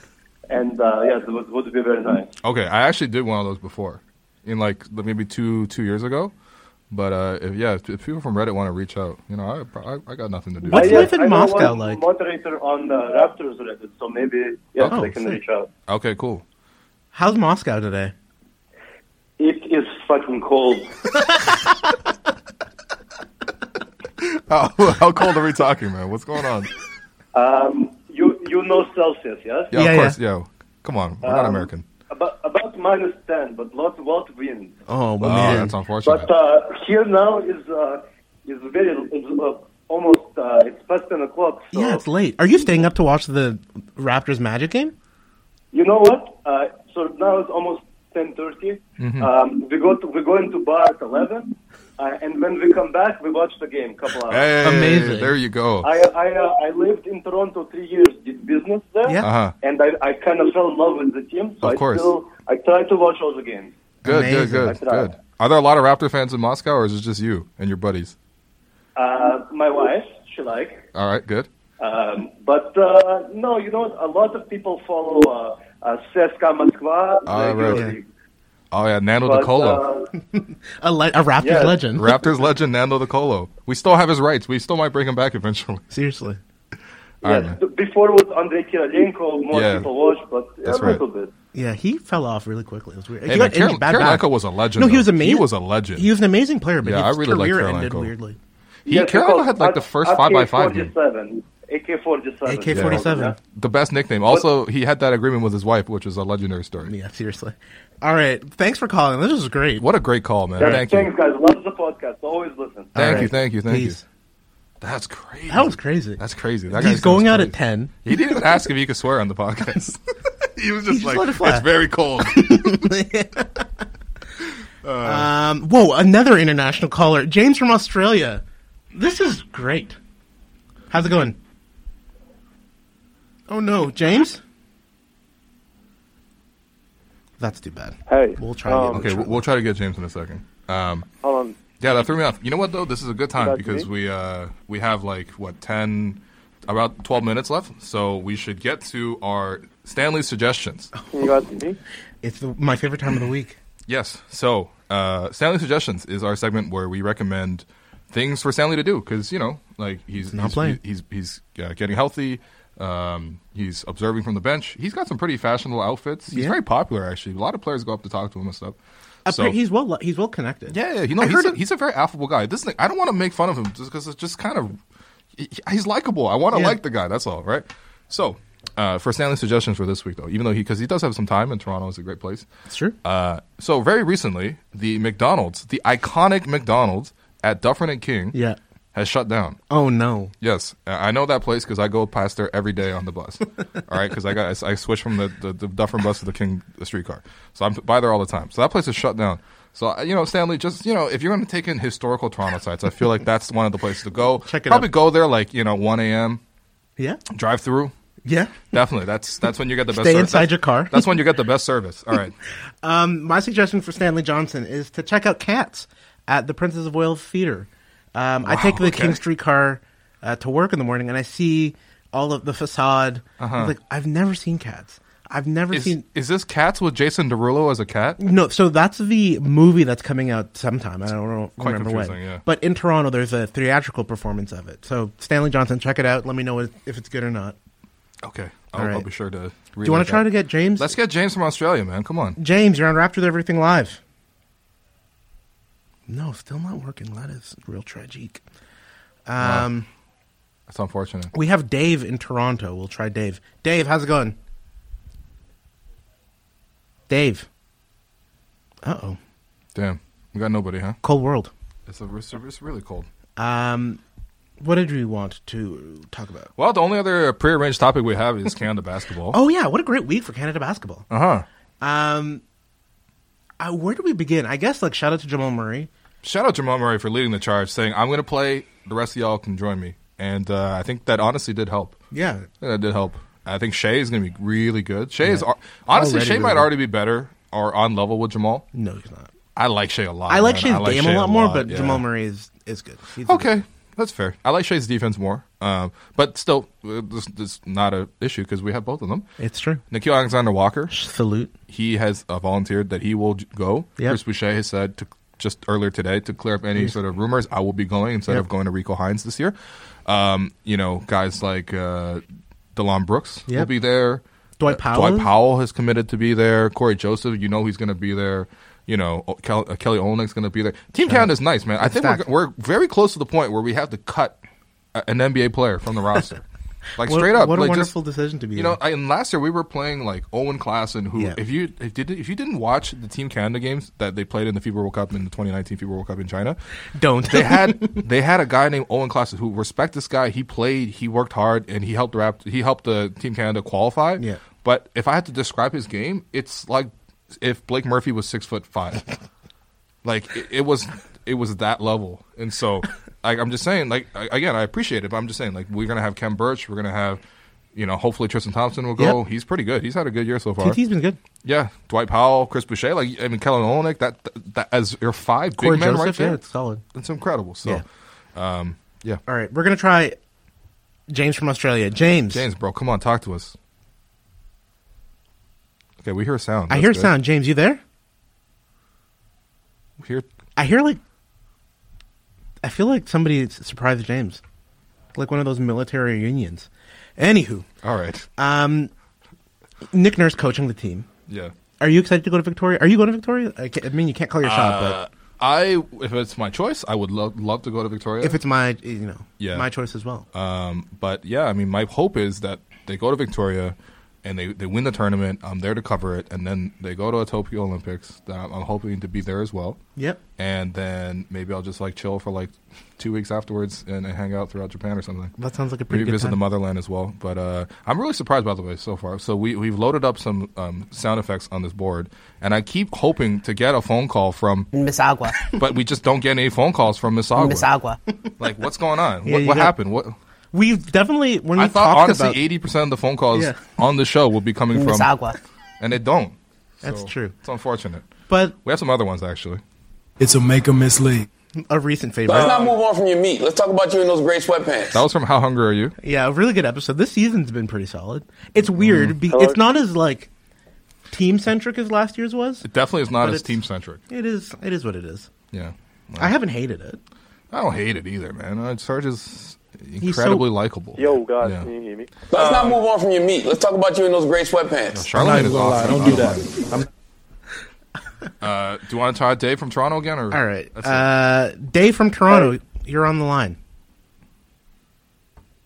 Speaker 7: and uh, yeah, it would, would be very nice.
Speaker 2: Okay, I actually did one of those before, in like maybe two two years ago. But uh, if, yeah, if, if people from Reddit want to reach out, you know, I I, I got nothing to do.
Speaker 3: What's
Speaker 7: Uh, yes,
Speaker 3: life in
Speaker 7: I know
Speaker 3: Moscow
Speaker 7: one
Speaker 3: like?
Speaker 7: Moderator on the Raptors Reddit, so maybe yeah,
Speaker 3: Oh,
Speaker 7: they can
Speaker 3: sick.
Speaker 7: reach out.
Speaker 2: Okay, cool.
Speaker 3: How's Moscow today?
Speaker 7: It is
Speaker 3: <laughs>
Speaker 7: fucking cold.
Speaker 2: <laughs> How, how cold are we talking, man? What's going
Speaker 3: <laughs>
Speaker 2: on?
Speaker 7: Um, you you know Celsius, yes?
Speaker 2: Yeah,
Speaker 3: Yeah,
Speaker 2: of course. Yo, come on, we're not
Speaker 7: Um,
Speaker 2: American.
Speaker 7: About about minus ten, but lot lot wind.
Speaker 3: Oh
Speaker 2: Oh,
Speaker 3: man,
Speaker 2: that's unfortunate.
Speaker 7: But uh, here now is uh, is very it's, uh, almost uh, it's past ten o'clock. So
Speaker 3: yeah, it's late. Are you staying up to watch the Raptors Magic game?
Speaker 7: you know what? Uh, so now it's almost ten
Speaker 2: Mm-hmm.
Speaker 7: Um, we go to, we go into bar at eleven, uh, and when we come back, we watch the game. Couple hours.
Speaker 2: hey,
Speaker 3: Amazing.
Speaker 2: There you go.
Speaker 7: I I, uh, I lived in Toronto three years, did business there,
Speaker 3: Yeah.
Speaker 2: Uh-huh.
Speaker 7: and I, I kind of fell in love with the team. So
Speaker 2: Of
Speaker 7: I
Speaker 2: course.
Speaker 7: still I try to watch all the games.
Speaker 2: Good,
Speaker 3: Amazing.
Speaker 2: good,
Speaker 7: That's
Speaker 2: good,
Speaker 7: what I-
Speaker 2: good. Are there a lot of Raptor fans in Moscow, or is it just you and your buddies?
Speaker 7: Uh, my wife, she like.
Speaker 2: All right, good.
Speaker 7: Um, but uh, no, you know, a lot of people follow uh, uh, CSKA Moskva. the
Speaker 2: Ah, right.
Speaker 7: Euroleague.
Speaker 2: Oh yeah, Nando <laughs>
Speaker 7: But,
Speaker 2: DiColo,
Speaker 7: uh,
Speaker 3: A, le- a Raptors
Speaker 7: Yeah.
Speaker 2: <laughs>
Speaker 3: legend.
Speaker 2: Raptors legend Nando DiColo. We still have his rights. We still might bring him back eventually.
Speaker 3: Seriously.
Speaker 2: <laughs> All right,
Speaker 7: yes,
Speaker 2: man.
Speaker 7: th- before with Andrei Kirilenko, more
Speaker 2: Yeah.
Speaker 7: people watch, but
Speaker 2: That's
Speaker 7: a
Speaker 2: right.
Speaker 7: little bit.
Speaker 3: Yeah, he fell off really quickly. It was weird.
Speaker 2: Hey, man,
Speaker 3: he got injured
Speaker 2: Kirill-
Speaker 3: bad
Speaker 2: Kirilenko
Speaker 3: back.
Speaker 2: was a legend,
Speaker 3: No, he
Speaker 2: though.
Speaker 3: was amazing.
Speaker 2: He was a legend.
Speaker 3: He was an amazing player, but
Speaker 2: Yeah, I
Speaker 3: his
Speaker 2: really like
Speaker 3: career ended
Speaker 2: Kirilenko.
Speaker 3: weirdly.
Speaker 2: He Kirilenko had like the first five by five game.
Speaker 7: AK forty seven.
Speaker 3: AK forty seven.
Speaker 2: The best nickname. Also, he had that agreement with his wife, which is a legendary story.
Speaker 3: Yeah, seriously. All right. Thanks for calling. This was great.
Speaker 2: What a great call, man! Thank you,
Speaker 7: Thanks, guys. Love the podcast. Always listen.
Speaker 2: thank
Speaker 3: All
Speaker 2: you,
Speaker 3: right.
Speaker 2: thank you, thank
Speaker 3: Peace.
Speaker 2: you. That's crazy.
Speaker 3: That was crazy.
Speaker 2: That's crazy. That guy
Speaker 3: He's
Speaker 2: sounds
Speaker 3: going out
Speaker 2: crazy.
Speaker 3: at ten.
Speaker 2: He didn't even ask if he could swear on the
Speaker 3: <laughs>
Speaker 2: podcast. he was just
Speaker 3: just
Speaker 2: like,
Speaker 3: let it fly.
Speaker 2: "It's very cold."
Speaker 3: <laughs> um, whoa, another international caller, James from Australia. This is great. How's it going? Oh no, James. That's too bad.
Speaker 5: Hey,
Speaker 3: We'll try again.
Speaker 5: um,
Speaker 2: okay, we'll, we'll try to get James in a second. Um,
Speaker 5: Hold on.
Speaker 2: yeah, that threw me off. You know what though? This is a good time
Speaker 5: About
Speaker 2: because
Speaker 5: me?
Speaker 2: we uh, we have like what ten, about twelve minutes left, so we should get to our Stanley's suggestions.
Speaker 5: Can you guys see me?
Speaker 3: It's the, my favorite time of the week.
Speaker 2: Yes. So uh, Stanley Suggestions is our segment where we recommend things for Stanley to do because you know, like he's
Speaker 3: Not
Speaker 2: he's,
Speaker 3: playing.
Speaker 2: He's he's, uh, getting healthy. Um, he's observing from the bench. He's got some pretty fashionable outfits. He's
Speaker 3: Yeah.
Speaker 2: very popular actually. A lot of players go up to talk to him and stuff.
Speaker 3: Uh,
Speaker 2: So-
Speaker 3: he's well he's well connected.
Speaker 2: yeah, yeah, you know,
Speaker 3: I
Speaker 2: he's
Speaker 3: heard
Speaker 2: a,
Speaker 3: him-
Speaker 2: he's a very affable guy. This thing, I don't want to make fun of him just because it's just kind of he- he's likable. I want to
Speaker 3: Yeah.
Speaker 2: like the guy. That's all, right? So, uh, for Stanley's suggestions for this week, though, even though he because he does have some time and Toronto is a great place.
Speaker 3: It's true.
Speaker 2: Uh, so very recently, the McDonald's, the iconic McDonald's at Dufferin and King,
Speaker 3: Yeah.
Speaker 2: has shut down.
Speaker 3: Oh no.
Speaker 2: Yes, I I know that place because I go past there every day on the
Speaker 3: <laughs>
Speaker 2: bus. all right, because I got I switch from the, the, the Dufferin bus to the King streetcar, so I'm by there all the time. So that place is shut down. So I- you know, Stanley, just you know, if you're going to take in historical Toronto sites, I feel like that's one of the places to go.
Speaker 3: <laughs> Check it
Speaker 2: Probably
Speaker 3: out.
Speaker 2: go there like you know 1 a.m.
Speaker 3: Yeah.
Speaker 2: drive through.
Speaker 3: Yeah.
Speaker 2: Definitely, that's that's when you get the best.
Speaker 3: Stay
Speaker 2: ser-
Speaker 3: inside
Speaker 2: that's-
Speaker 3: your car.
Speaker 2: That's when you get the best
Speaker 3: <laughs>
Speaker 2: service. All right.
Speaker 3: Um, my suggestion for Stanley Johnson is to check out Cats at the Princess of Wales Theater. Um, I take the
Speaker 2: okay.
Speaker 3: King Street car uh, to work in the morning, and I see all of the facade.
Speaker 2: Uh-huh.
Speaker 3: I was like, I've never seen Cats. I've never
Speaker 2: Is,
Speaker 3: seen.
Speaker 2: is this Cats with Jason Derulo as a cat?
Speaker 3: No, so that's the movie that's coming out sometime. I don't know,
Speaker 2: quite
Speaker 3: remember when.
Speaker 2: confusing, yeah.
Speaker 3: But in Toronto, there's a theatrical performance of it. So Stanley Johnson, check it out. Let me know if if it's good or not.
Speaker 2: Okay, I'll,
Speaker 3: All right.
Speaker 2: I'll be sure to.
Speaker 3: Do you want to try to get James?
Speaker 2: Let's get James from Australia, man. Come on.
Speaker 3: James, you're on Raptors Everything Live. No, still not working. That is real tragic. Um,
Speaker 2: That's unfortunate.
Speaker 3: We have Dave in Toronto. We'll try Dave. Dave, how's it going? Dave. Uh oh.
Speaker 2: Damn, we got nobody, huh?
Speaker 3: Cold World.
Speaker 2: It's, a, it's, it's really cold.
Speaker 3: Um, what did we want to talk about?
Speaker 2: Well, the only other prearranged topic we have is Canada basketball.
Speaker 3: <laughs> Oh, yeah. What a great week for Canada basketball.
Speaker 2: Uh huh.
Speaker 3: Um, uh, where do we begin? I guess, like, shout out to Jamal Murray.
Speaker 2: Shout out Jamal Murray for leading the charge, saying, I'm going to play, the rest of y'all can join me. And uh, I think that honestly did help. I
Speaker 3: Yeah.
Speaker 2: think that did help. I think Shea is going to be really good. Shea is, ar- honestly,
Speaker 3: Already
Speaker 2: Shea
Speaker 3: really
Speaker 2: might
Speaker 3: good.
Speaker 2: already be better or on level with Jamal.
Speaker 3: No, he's not.
Speaker 2: I like Shea a lot.
Speaker 3: I like
Speaker 2: man.
Speaker 3: Shea's game
Speaker 2: Shea
Speaker 3: a lot more,
Speaker 2: lot,
Speaker 3: but
Speaker 2: yeah.
Speaker 3: Jamal Murray is, is good. He's
Speaker 2: Okay, that's fair. I like Shea's defense more. Um, but still, uh, this, this is not an issue because we have both of them.
Speaker 3: It's true.
Speaker 2: Nikhil Alexander Walker.
Speaker 3: Salute.
Speaker 2: he has uh, volunteered that he will j- go.
Speaker 3: Yep.
Speaker 2: Chris Boucher has said to, just earlier today to clear up any sort of rumors. I will be going instead
Speaker 3: Yep.
Speaker 2: of going to Rico Hines this year. Um, you know, guys like uh, Delon Brooks will
Speaker 3: Yep.
Speaker 2: be there.
Speaker 3: Dwight
Speaker 2: Uh,
Speaker 3: Powell?
Speaker 2: Dwight Powell has committed to be there. Corey Joseph, you know he's going to be there. You know O- Kel- uh, Kelly Olenek's going to be there. Team Canada is nice, man. I think we're,
Speaker 3: stacked.
Speaker 2: g- we're very close to the point where we have to cut a- an NBA player from
Speaker 3: <laughs>
Speaker 2: the roster. Like
Speaker 3: What-
Speaker 2: straight up,
Speaker 3: what a
Speaker 2: like, just-
Speaker 3: wonderful decision to be
Speaker 2: You
Speaker 3: in.
Speaker 2: know, I, and last year we were playing like Owen Klassen, who
Speaker 3: Yeah.
Speaker 2: if you if, did, if you didn't watch the Team Canada games that they played in the FIBA World Cup in the 2019 FIBA World Cup in China,
Speaker 3: Don't.
Speaker 2: they had they had a guy named Owen Klassen who respect this guy. He played, he worked hard, and he helped rap. He helped the Team Canada qualify.
Speaker 3: Yeah.
Speaker 2: But if I had to describe his game, it's like if Blake Murphy was six foot five. like it, it was it was that level, and so like I'm just saying, like I- again, I appreciate it, but I'm just saying, like we're gonna have Ken Birch, we're gonna have. You know, hopefully Tristan Thompson will go.
Speaker 3: Yep.
Speaker 2: He's pretty good. He's had a good year so far.
Speaker 3: TT's been good.
Speaker 2: Yeah, Dwight Powell, Chris Boucher, like I mean, Kellen Olenek. That, that as your five big
Speaker 3: Corey
Speaker 2: men
Speaker 3: Joseph,
Speaker 2: right there.
Speaker 3: yeah, it's solid.
Speaker 2: It's incredible. So,
Speaker 3: Yeah.
Speaker 2: um, yeah.
Speaker 3: All right, we're gonna try James from Australia. James,
Speaker 2: James, bro, come on, talk to us. Okay, we hear a sound.
Speaker 3: I
Speaker 2: That's
Speaker 3: hear
Speaker 2: good.
Speaker 3: sound. James, you there?
Speaker 2: We hear
Speaker 3: I hear like, I feel like somebody s- surprised James, like one of those military unions. Anywho,
Speaker 2: all right.
Speaker 3: um, Nick Nurse coaching the team.
Speaker 2: yeah.
Speaker 3: Are you excited to go to Victoria? Are you going to Victoria? I, ca- I mean, you can't call your shot,
Speaker 2: Uh,
Speaker 3: but
Speaker 2: I if it's my choice, I would love love to go to Victoria.
Speaker 3: if it's my, you know,
Speaker 2: Yeah.
Speaker 3: my choice as well.
Speaker 2: um, but yeah, I mean, my hope is that they go to Victoria and they, they win the tournament. I'm there to cover it, and then they go to a Tokyo Olympics. that I'm I'm hoping to be there as well.
Speaker 3: Yep.
Speaker 2: And then maybe I'll just like chill for like two weeks afterwards and, and hang out throughout Japan or something.
Speaker 3: That sounds like a pretty
Speaker 2: Maybe
Speaker 3: good
Speaker 2: visit
Speaker 3: time.
Speaker 2: the motherland as well. But uh, I'm really surprised by the way so far. So we we've loaded up some um, sound effects on this board, and I keep hoping to get a phone call from,
Speaker 11: Miss Agua.
Speaker 2: <laughs> but we just don't get any phone calls from Miss Agua.
Speaker 11: Miss Agua.
Speaker 2: Uh,
Speaker 3: <laughs>
Speaker 2: Like what's going on?
Speaker 3: Yeah,
Speaker 2: what
Speaker 3: you
Speaker 2: what
Speaker 3: got-
Speaker 2: happened? What
Speaker 3: We've definitely when we
Speaker 2: I thought
Speaker 3: talked
Speaker 2: honestly,
Speaker 3: about
Speaker 2: eighty percent of the phone calls
Speaker 3: Yeah.
Speaker 2: on the show will be coming
Speaker 11: Miss
Speaker 2: from,
Speaker 11: Agua.
Speaker 2: and they don't.
Speaker 3: That's
Speaker 2: So
Speaker 3: true.
Speaker 2: It's unfortunate.
Speaker 3: but
Speaker 2: We have some other ones actually.
Speaker 10: It's a make or miss league.
Speaker 3: a recent favorite.
Speaker 12: Let's not move on from your meat. Let's talk about you in those gray sweatpants.
Speaker 2: That was from How Hungry Are You? Mm-hmm.
Speaker 3: Yeah, a really good episode. This season's been pretty solid. It's weird. Be- it's not as like team centric as last year's was.
Speaker 2: It definitely is not
Speaker 3: but
Speaker 2: as
Speaker 3: it's-
Speaker 2: team-centric.
Speaker 3: It is. It is what it is.
Speaker 2: Yeah.
Speaker 3: I haven't hated it.
Speaker 2: I don't hate it either, man. Uh, Sarge is
Speaker 3: He's so-
Speaker 2: incredibly likable.
Speaker 12: Yo, guys,
Speaker 2: Yeah.
Speaker 12: can you hear me? Let's not move on from your meat. Let's talk about you in those gray sweatpants.
Speaker 2: Charlemagne is awesome.
Speaker 12: Don't do that.
Speaker 2: Uh, do you want to try Dave from Toronto again? Or
Speaker 3: All right,
Speaker 2: That's it.
Speaker 3: uh, Dave from Toronto, you're on the line.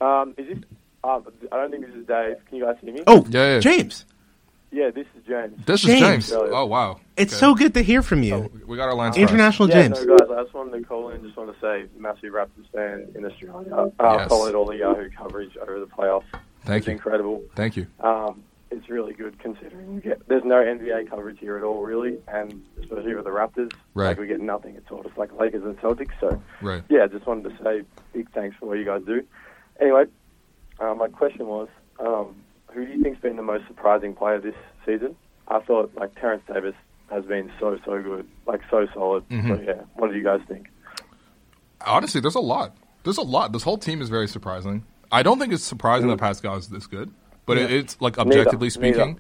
Speaker 11: Um, is this? Um, I don't think this is Dave. Can you guys hear me?
Speaker 3: Oh, James,
Speaker 11: Yeah, this is James.
Speaker 2: Oh, wow. Oh,
Speaker 3: It's so good to hear from you.
Speaker 2: we got our lines
Speaker 3: International
Speaker 11: yeah,
Speaker 3: James.
Speaker 11: No, guys, I just wanted to call in. Just want to say, massive Raptors fan in Australia. Uh,
Speaker 2: Yes.
Speaker 11: Followed all the Yahoo coverage over the playoffs.
Speaker 2: Thank
Speaker 11: it's
Speaker 2: you.
Speaker 11: Incredible.
Speaker 2: Thanhank you.
Speaker 11: Um, it's really good considering we get there's no NBA coverage here at all, really, and especially with the Raptors.
Speaker 2: Right.
Speaker 11: Like we get nothing at all, just like Lakers and Celtics. So
Speaker 2: Right.
Speaker 11: yeah, just wanted to say big thanks for what you guys do. Anyway, uh, my question was, um, who do you think's been the most surprising player this season? I thought like Terrence Davis has been so so good, like so solid. So
Speaker 2: Mhm.
Speaker 11: yeah, what do you guys think?
Speaker 2: Honestly, there's a lot. There's a lot. This whole team is very surprising. I don't think it's surprising that Pascal is this good, but it,
Speaker 11: Mm. Yeah.
Speaker 2: it's like
Speaker 11: Neither.
Speaker 2: objectively speaking,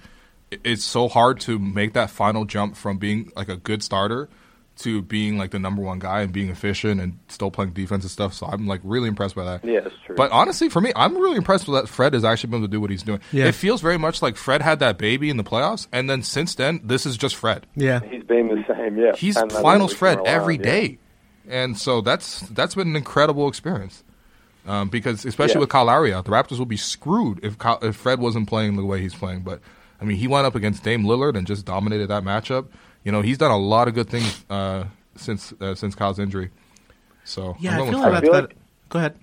Speaker 11: Neither.
Speaker 2: i- it's so hard to make that final jump from being like a good starter to being like the number one guy and being efficient and still playing defense and stuff. So I'm like really impressed by that.
Speaker 11: Yeah, that's true.
Speaker 2: But honestly, for me, I'm really impressed with that Fred has actually been able to do what he's doing.
Speaker 11: Yeah.
Speaker 2: It feels very much like Fred had that baby in the playoffs, and then since then, this is just Fred.
Speaker 3: Yeah,
Speaker 11: he's been the same. Yeah,
Speaker 2: He's
Speaker 11: And that's
Speaker 2: finals
Speaker 11: what we
Speaker 2: Fred
Speaker 11: can rely on,
Speaker 2: every
Speaker 11: yeah.
Speaker 2: day, and so that's that's been an incredible experience. Um, because especially
Speaker 11: Yeah.
Speaker 2: with Kyle Lowry out, the Raptors will be screwed if Kyle, if Fred wasn't playing the way he's playing. But I mean, he went up against Dame Lillard and just dominated that matchup. You know, he's done a lot of good things uh, since uh, since Kyle's injury. So
Speaker 3: Yeah,
Speaker 2: I'm
Speaker 3: I
Speaker 2: going with
Speaker 3: feel
Speaker 2: Fred.
Speaker 3: like that's
Speaker 11: feel
Speaker 3: about it. Go ahead.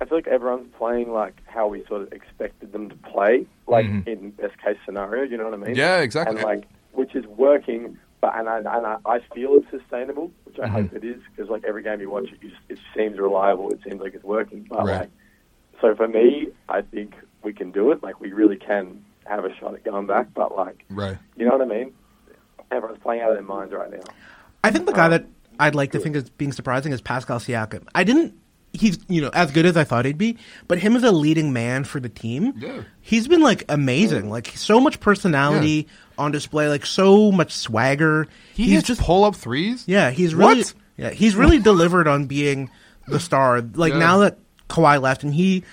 Speaker 11: I feel like everyone's playing like how we sort of expected them to play, like
Speaker 2: Mhm.
Speaker 11: in best case scenario. You know what I mean?
Speaker 2: Yeah, exactly.
Speaker 11: And like, which is working, but and I and I, I feel it's sustainable, which I
Speaker 2: Mhm.
Speaker 11: hope it is, because like every game you watch, it, you just, it seems reliable. It seems like it's working. But
Speaker 2: Right.
Speaker 11: like, so for me, I think we can do it. Like, we really can have a shot at going back. But like,
Speaker 2: right.
Speaker 11: you know what I mean? Everyone's playing out of their minds right now.
Speaker 3: I think
Speaker 2: Uh,
Speaker 3: the guy that I'd like to think is being surprising is Pascal Siakam. I didn't. He's you know as good as I thought he'd be, but him as a leading man for the team,
Speaker 2: Yeah.
Speaker 3: he's been like
Speaker 2: Oh.
Speaker 3: amazing. Like so much personality on display, like so much swagger.
Speaker 2: He
Speaker 3: he's
Speaker 2: hits pull up threes.
Speaker 3: Yeah, he's really
Speaker 2: What?
Speaker 3: yeah he's really delivered on being the star. Like
Speaker 2: Yeah.
Speaker 3: now that Kawhi left and he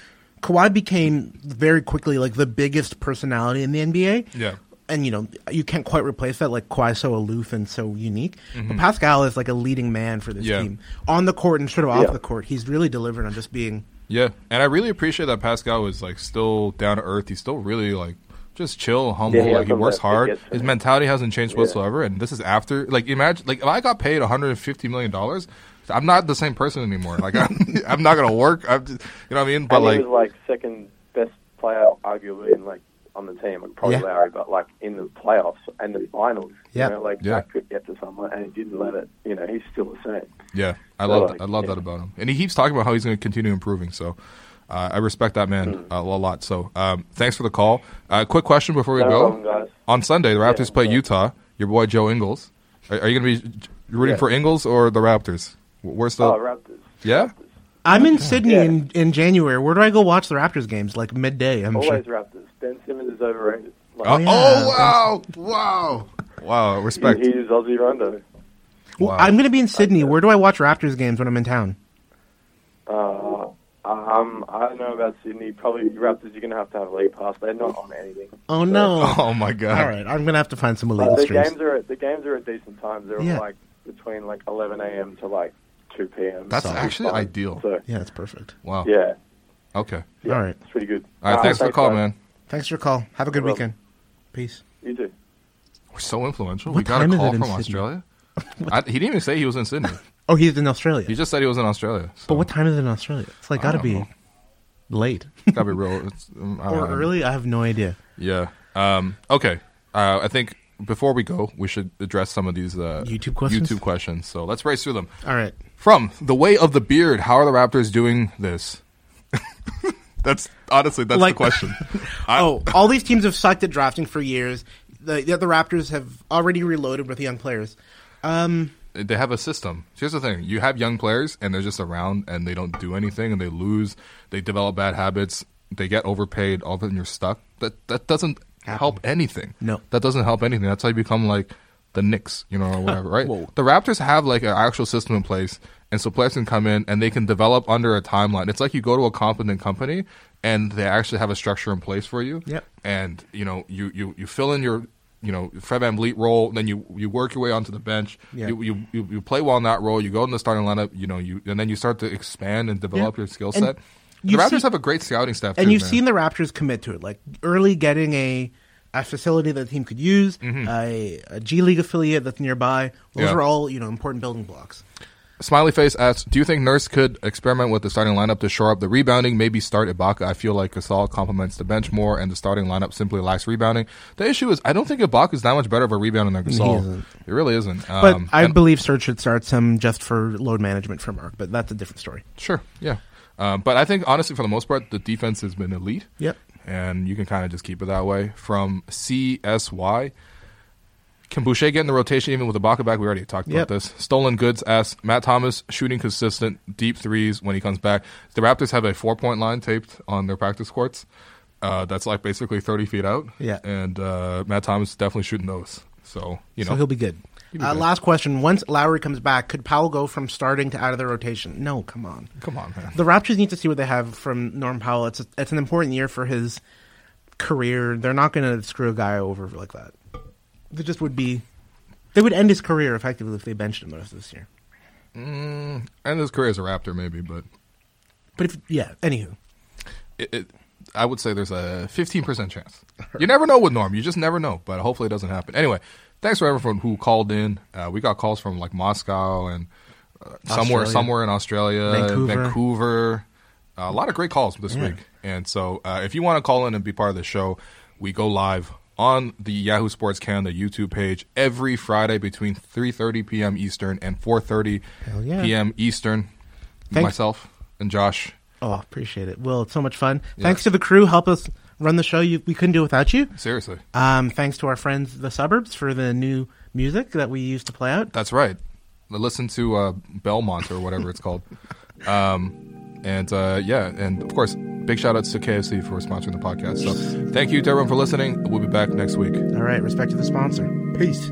Speaker 3: Kawhi became very quickly like the biggest personality in the NBA
Speaker 2: Yeah.
Speaker 3: and you know you can't quite replace that. Like Kawhi's so aloof and so unique,
Speaker 2: Mhm.
Speaker 3: but Pascal is like a leading man for this
Speaker 2: Yeah.
Speaker 3: team on the court and sort of off
Speaker 2: Yeah.
Speaker 3: the court. He's really delivered on just being.
Speaker 2: Yeah, and I really appreciate that Pascal is like still down to earth. He's still really like just chill, humble.
Speaker 11: Yeah, he
Speaker 2: like he
Speaker 11: hasn't
Speaker 2: works
Speaker 11: left. He
Speaker 2: hard.
Speaker 11: gets it.
Speaker 2: His mentality hasn't changed
Speaker 11: Yeah.
Speaker 2: whatsoever. And this is after like imagine like if I got paid 150 million dollars, I'm not the same person anymore. Like <laughs> I'm, I'm not gonna work. I'm just, you know what I mean? But
Speaker 11: and
Speaker 2: like
Speaker 11: he was like second best player, arguably, in like on the team, and probably
Speaker 2: Yeah.
Speaker 11: Larry, but like in the playoffs and the finals.
Speaker 2: Yeah.
Speaker 11: You know, like
Speaker 2: Yeah.
Speaker 11: that could get to someone, and he didn't let it. You know, he's still the same.
Speaker 2: Yeah, I
Speaker 11: So,
Speaker 2: love
Speaker 11: like,
Speaker 2: that. I love
Speaker 11: yeah.
Speaker 2: that about him, and he keeps talking about how he's going to continue improving. So, uh, I respect that man
Speaker 11: Hmm.
Speaker 2: uh, a lot. So, um, thanks for the call. Uh, quick question before we
Speaker 11: No
Speaker 2: go:
Speaker 11: problem, guys.
Speaker 2: on Sunday, the Raptors play Utah. Your boy Joe Ingles. Are, are you going to be you're rooting
Speaker 11: Yeah.
Speaker 2: for Ingles or the Raptors? Wh- Where's the
Speaker 11: Oh, Raptors.
Speaker 2: Yeah, Oh
Speaker 3: I'm in Sydney in, in January. Where do I go watch the Raptors games? Like midday, I'm sure.
Speaker 11: Always Raptors. Ben Simmons is overrated. Like,
Speaker 2: Oh, oh, wow,
Speaker 11: wow!
Speaker 2: wow, respect.
Speaker 11: He, he's Aussie Rondo.
Speaker 3: Well, I'm going to be in Sydney. Where do I watch Raptors games when I'm in town?
Speaker 11: Uh, um, I don't know about Sydney. Probably Raptors. You're gonna have to have a league pass. They're not on anything.
Speaker 3: Oh no!
Speaker 2: <laughs> Oh, my God.
Speaker 3: All right, I'm going to have to find
Speaker 2: Oh,
Speaker 3: some
Speaker 11: Like,
Speaker 3: illegal
Speaker 11: the
Speaker 3: streams.
Speaker 11: games are at, the games are at decent times. They're
Speaker 3: Yeah.
Speaker 11: like between like 11 a.m. to like 2 p.m.
Speaker 2: that's
Speaker 11: So,
Speaker 2: actually
Speaker 11: um,
Speaker 2: ideal.
Speaker 11: So,
Speaker 3: Yeah, that's perfect.
Speaker 2: Wow.
Speaker 11: Yeah.
Speaker 2: Okay.
Speaker 3: All right.
Speaker 11: It's pretty good.
Speaker 2: Oh. All right.
Speaker 11: Uh,
Speaker 2: Thanks for the call, man.
Speaker 3: Thanks for your call. Have a good
Speaker 11: No
Speaker 3: weekend.
Speaker 11: problem.
Speaker 3: Peace.
Speaker 11: You too.
Speaker 2: We're so influential. we
Speaker 3: What
Speaker 2: got
Speaker 3: time
Speaker 2: a
Speaker 3: is
Speaker 2: call
Speaker 3: it in
Speaker 2: from
Speaker 3: Sydney? <laughs>
Speaker 2: Australia. I, he didn't even say he was in Sydney.
Speaker 3: Oh, he's in Australia.
Speaker 2: He just said he was in Australia.
Speaker 3: But what time is it in Australia? It's like
Speaker 2: I
Speaker 3: got to
Speaker 2: don't
Speaker 3: be
Speaker 2: know.
Speaker 3: late
Speaker 2: Gotta be real. It's, um, I don't
Speaker 3: or
Speaker 2: know.
Speaker 3: early. I have no idea.
Speaker 2: Yeah. Um, okay. Uh, I think before we go, we should address some of these uh,
Speaker 3: YouTube questions?
Speaker 2: YouTube questions. So let's race through them.
Speaker 3: All right.
Speaker 2: From the way of the beard, how are the Raptors doing this? <laughs> that's honestly that's
Speaker 3: Like-
Speaker 2: the question.
Speaker 3: oh, all these teams have sucked at drafting for years. The, the, the Raptors have already reloaded with young players. Um,
Speaker 2: They have a system. Here's the thing: you have young players, and they're just around, and they don't do anything, and they lose. They develop bad habits. They get overpaid. All of a sudden, you're stuck. That that doesn't help anything.
Speaker 3: No.
Speaker 2: That doesn't help anything. That's how you become like the Knicks, you know, or whatever, right? The Raptors have like an actual system in place, and so players can come in and they can develop under a timeline. It's like you go to a competent company and they actually have a structure in place for you.
Speaker 3: Yep.
Speaker 2: And you know, you you, you fill in your you know Fred VanVleet role, then you you work your way onto the bench.
Speaker 3: Yeah.
Speaker 2: You, you you you play well in that role. You go in the starting lineup. You know you, and then you start to expand and develop
Speaker 3: Yeah.
Speaker 2: your skill
Speaker 3: And
Speaker 2: set. The
Speaker 3: you've
Speaker 2: Raptors
Speaker 3: seen-
Speaker 2: have a great scouting staff,
Speaker 3: and
Speaker 2: too,
Speaker 3: you've
Speaker 2: man.
Speaker 3: seen the Raptors commit to it, like early getting a a facility that the team could use, a, a G League affiliate that's nearby. Those
Speaker 2: Mm-hmm. Yeah.
Speaker 3: are all you know important building blocks.
Speaker 2: Smiley Face asks, do you think Nurse could experiment with the starting lineup to shore up the rebounding, maybe start Ibaka? I feel like Gasol complements the bench more and the starting lineup simply lacks rebounding. The issue is I don't think Ibaka's that much better of a rebounder than
Speaker 3: He
Speaker 2: Gasol.
Speaker 3: isn't.
Speaker 2: It really isn't.
Speaker 3: But
Speaker 2: Um,
Speaker 3: I
Speaker 2: and-
Speaker 3: believe Search should start some just for load management for Mark, but that's a different story.
Speaker 2: Sure, yeah. Um, but I think, honestly, for the most part, the defense has been elite.
Speaker 3: Yep.
Speaker 2: And you can kind of just keep it that way. From CSY, can Boucher get in the rotation even with Ibaka back? We already talked
Speaker 3: Yep.
Speaker 2: about this. Stolen Goods asks, Matt Thomas shooting consistent deep threes when he comes back. The Raptors have a four-point line taped on their practice courts. Uh, that's like basically 30 feet out.
Speaker 3: Yeah.
Speaker 2: And uh, Matt Thomas is definitely shooting those. So, you know.
Speaker 3: so he'll be good.
Speaker 2: He'll be
Speaker 3: Uh,
Speaker 2: good.
Speaker 3: Last question: Once Lowry comes back, could Powell go from starting to out of the rotation? No, come on,
Speaker 2: come on, man.
Speaker 3: The Raptors need to see what they have from Norm Powell. It's a, it's an important year for his career. They're not going to screw a guy over like that. They just would be. They would end his career effectively if they benched him the rest of this year.
Speaker 2: Mm, and his career as a Raptor, maybe, but
Speaker 3: But if yeah, anywho,
Speaker 2: it, it, I would say there's a 15% chance. You never know with Norm. You just never know, but hopefully it doesn't happen. Anyway, thanks for everyone who called in. Uh, we got calls from like Moscow and uh, somewhere
Speaker 3: Australia.
Speaker 2: somewhere in Australia,
Speaker 3: Vancouver.
Speaker 2: Vancouver. Uh, a lot of great calls this
Speaker 3: Yeah.
Speaker 2: week. And so uh, if you want to call in and be part of the show, we go live on the Yahoo Sports Canada YouTube page every Friday between 3:30 p.m. Eastern and 4:30
Speaker 3: Hell yeah.
Speaker 2: p.m. Eastern.
Speaker 3: Thanks.
Speaker 2: Myself and Josh
Speaker 3: oh, appreciate it. Will it's so much fun.
Speaker 2: Yeah.
Speaker 3: Thanks to the crew, help us run the show. You, we couldn't do it without you.
Speaker 2: Seriously.
Speaker 3: Um, thanks to our friends, the suburbs, for the new music that we used to play out.
Speaker 2: That's right. Listen to uh, Belmont or whatever it's called. Um, and uh, yeah, and of course, big shout outs to KFC for sponsoring the podcast. So thank you to everyone for listening. We'll be back next week.
Speaker 3: All right, respect to the sponsor. Peace.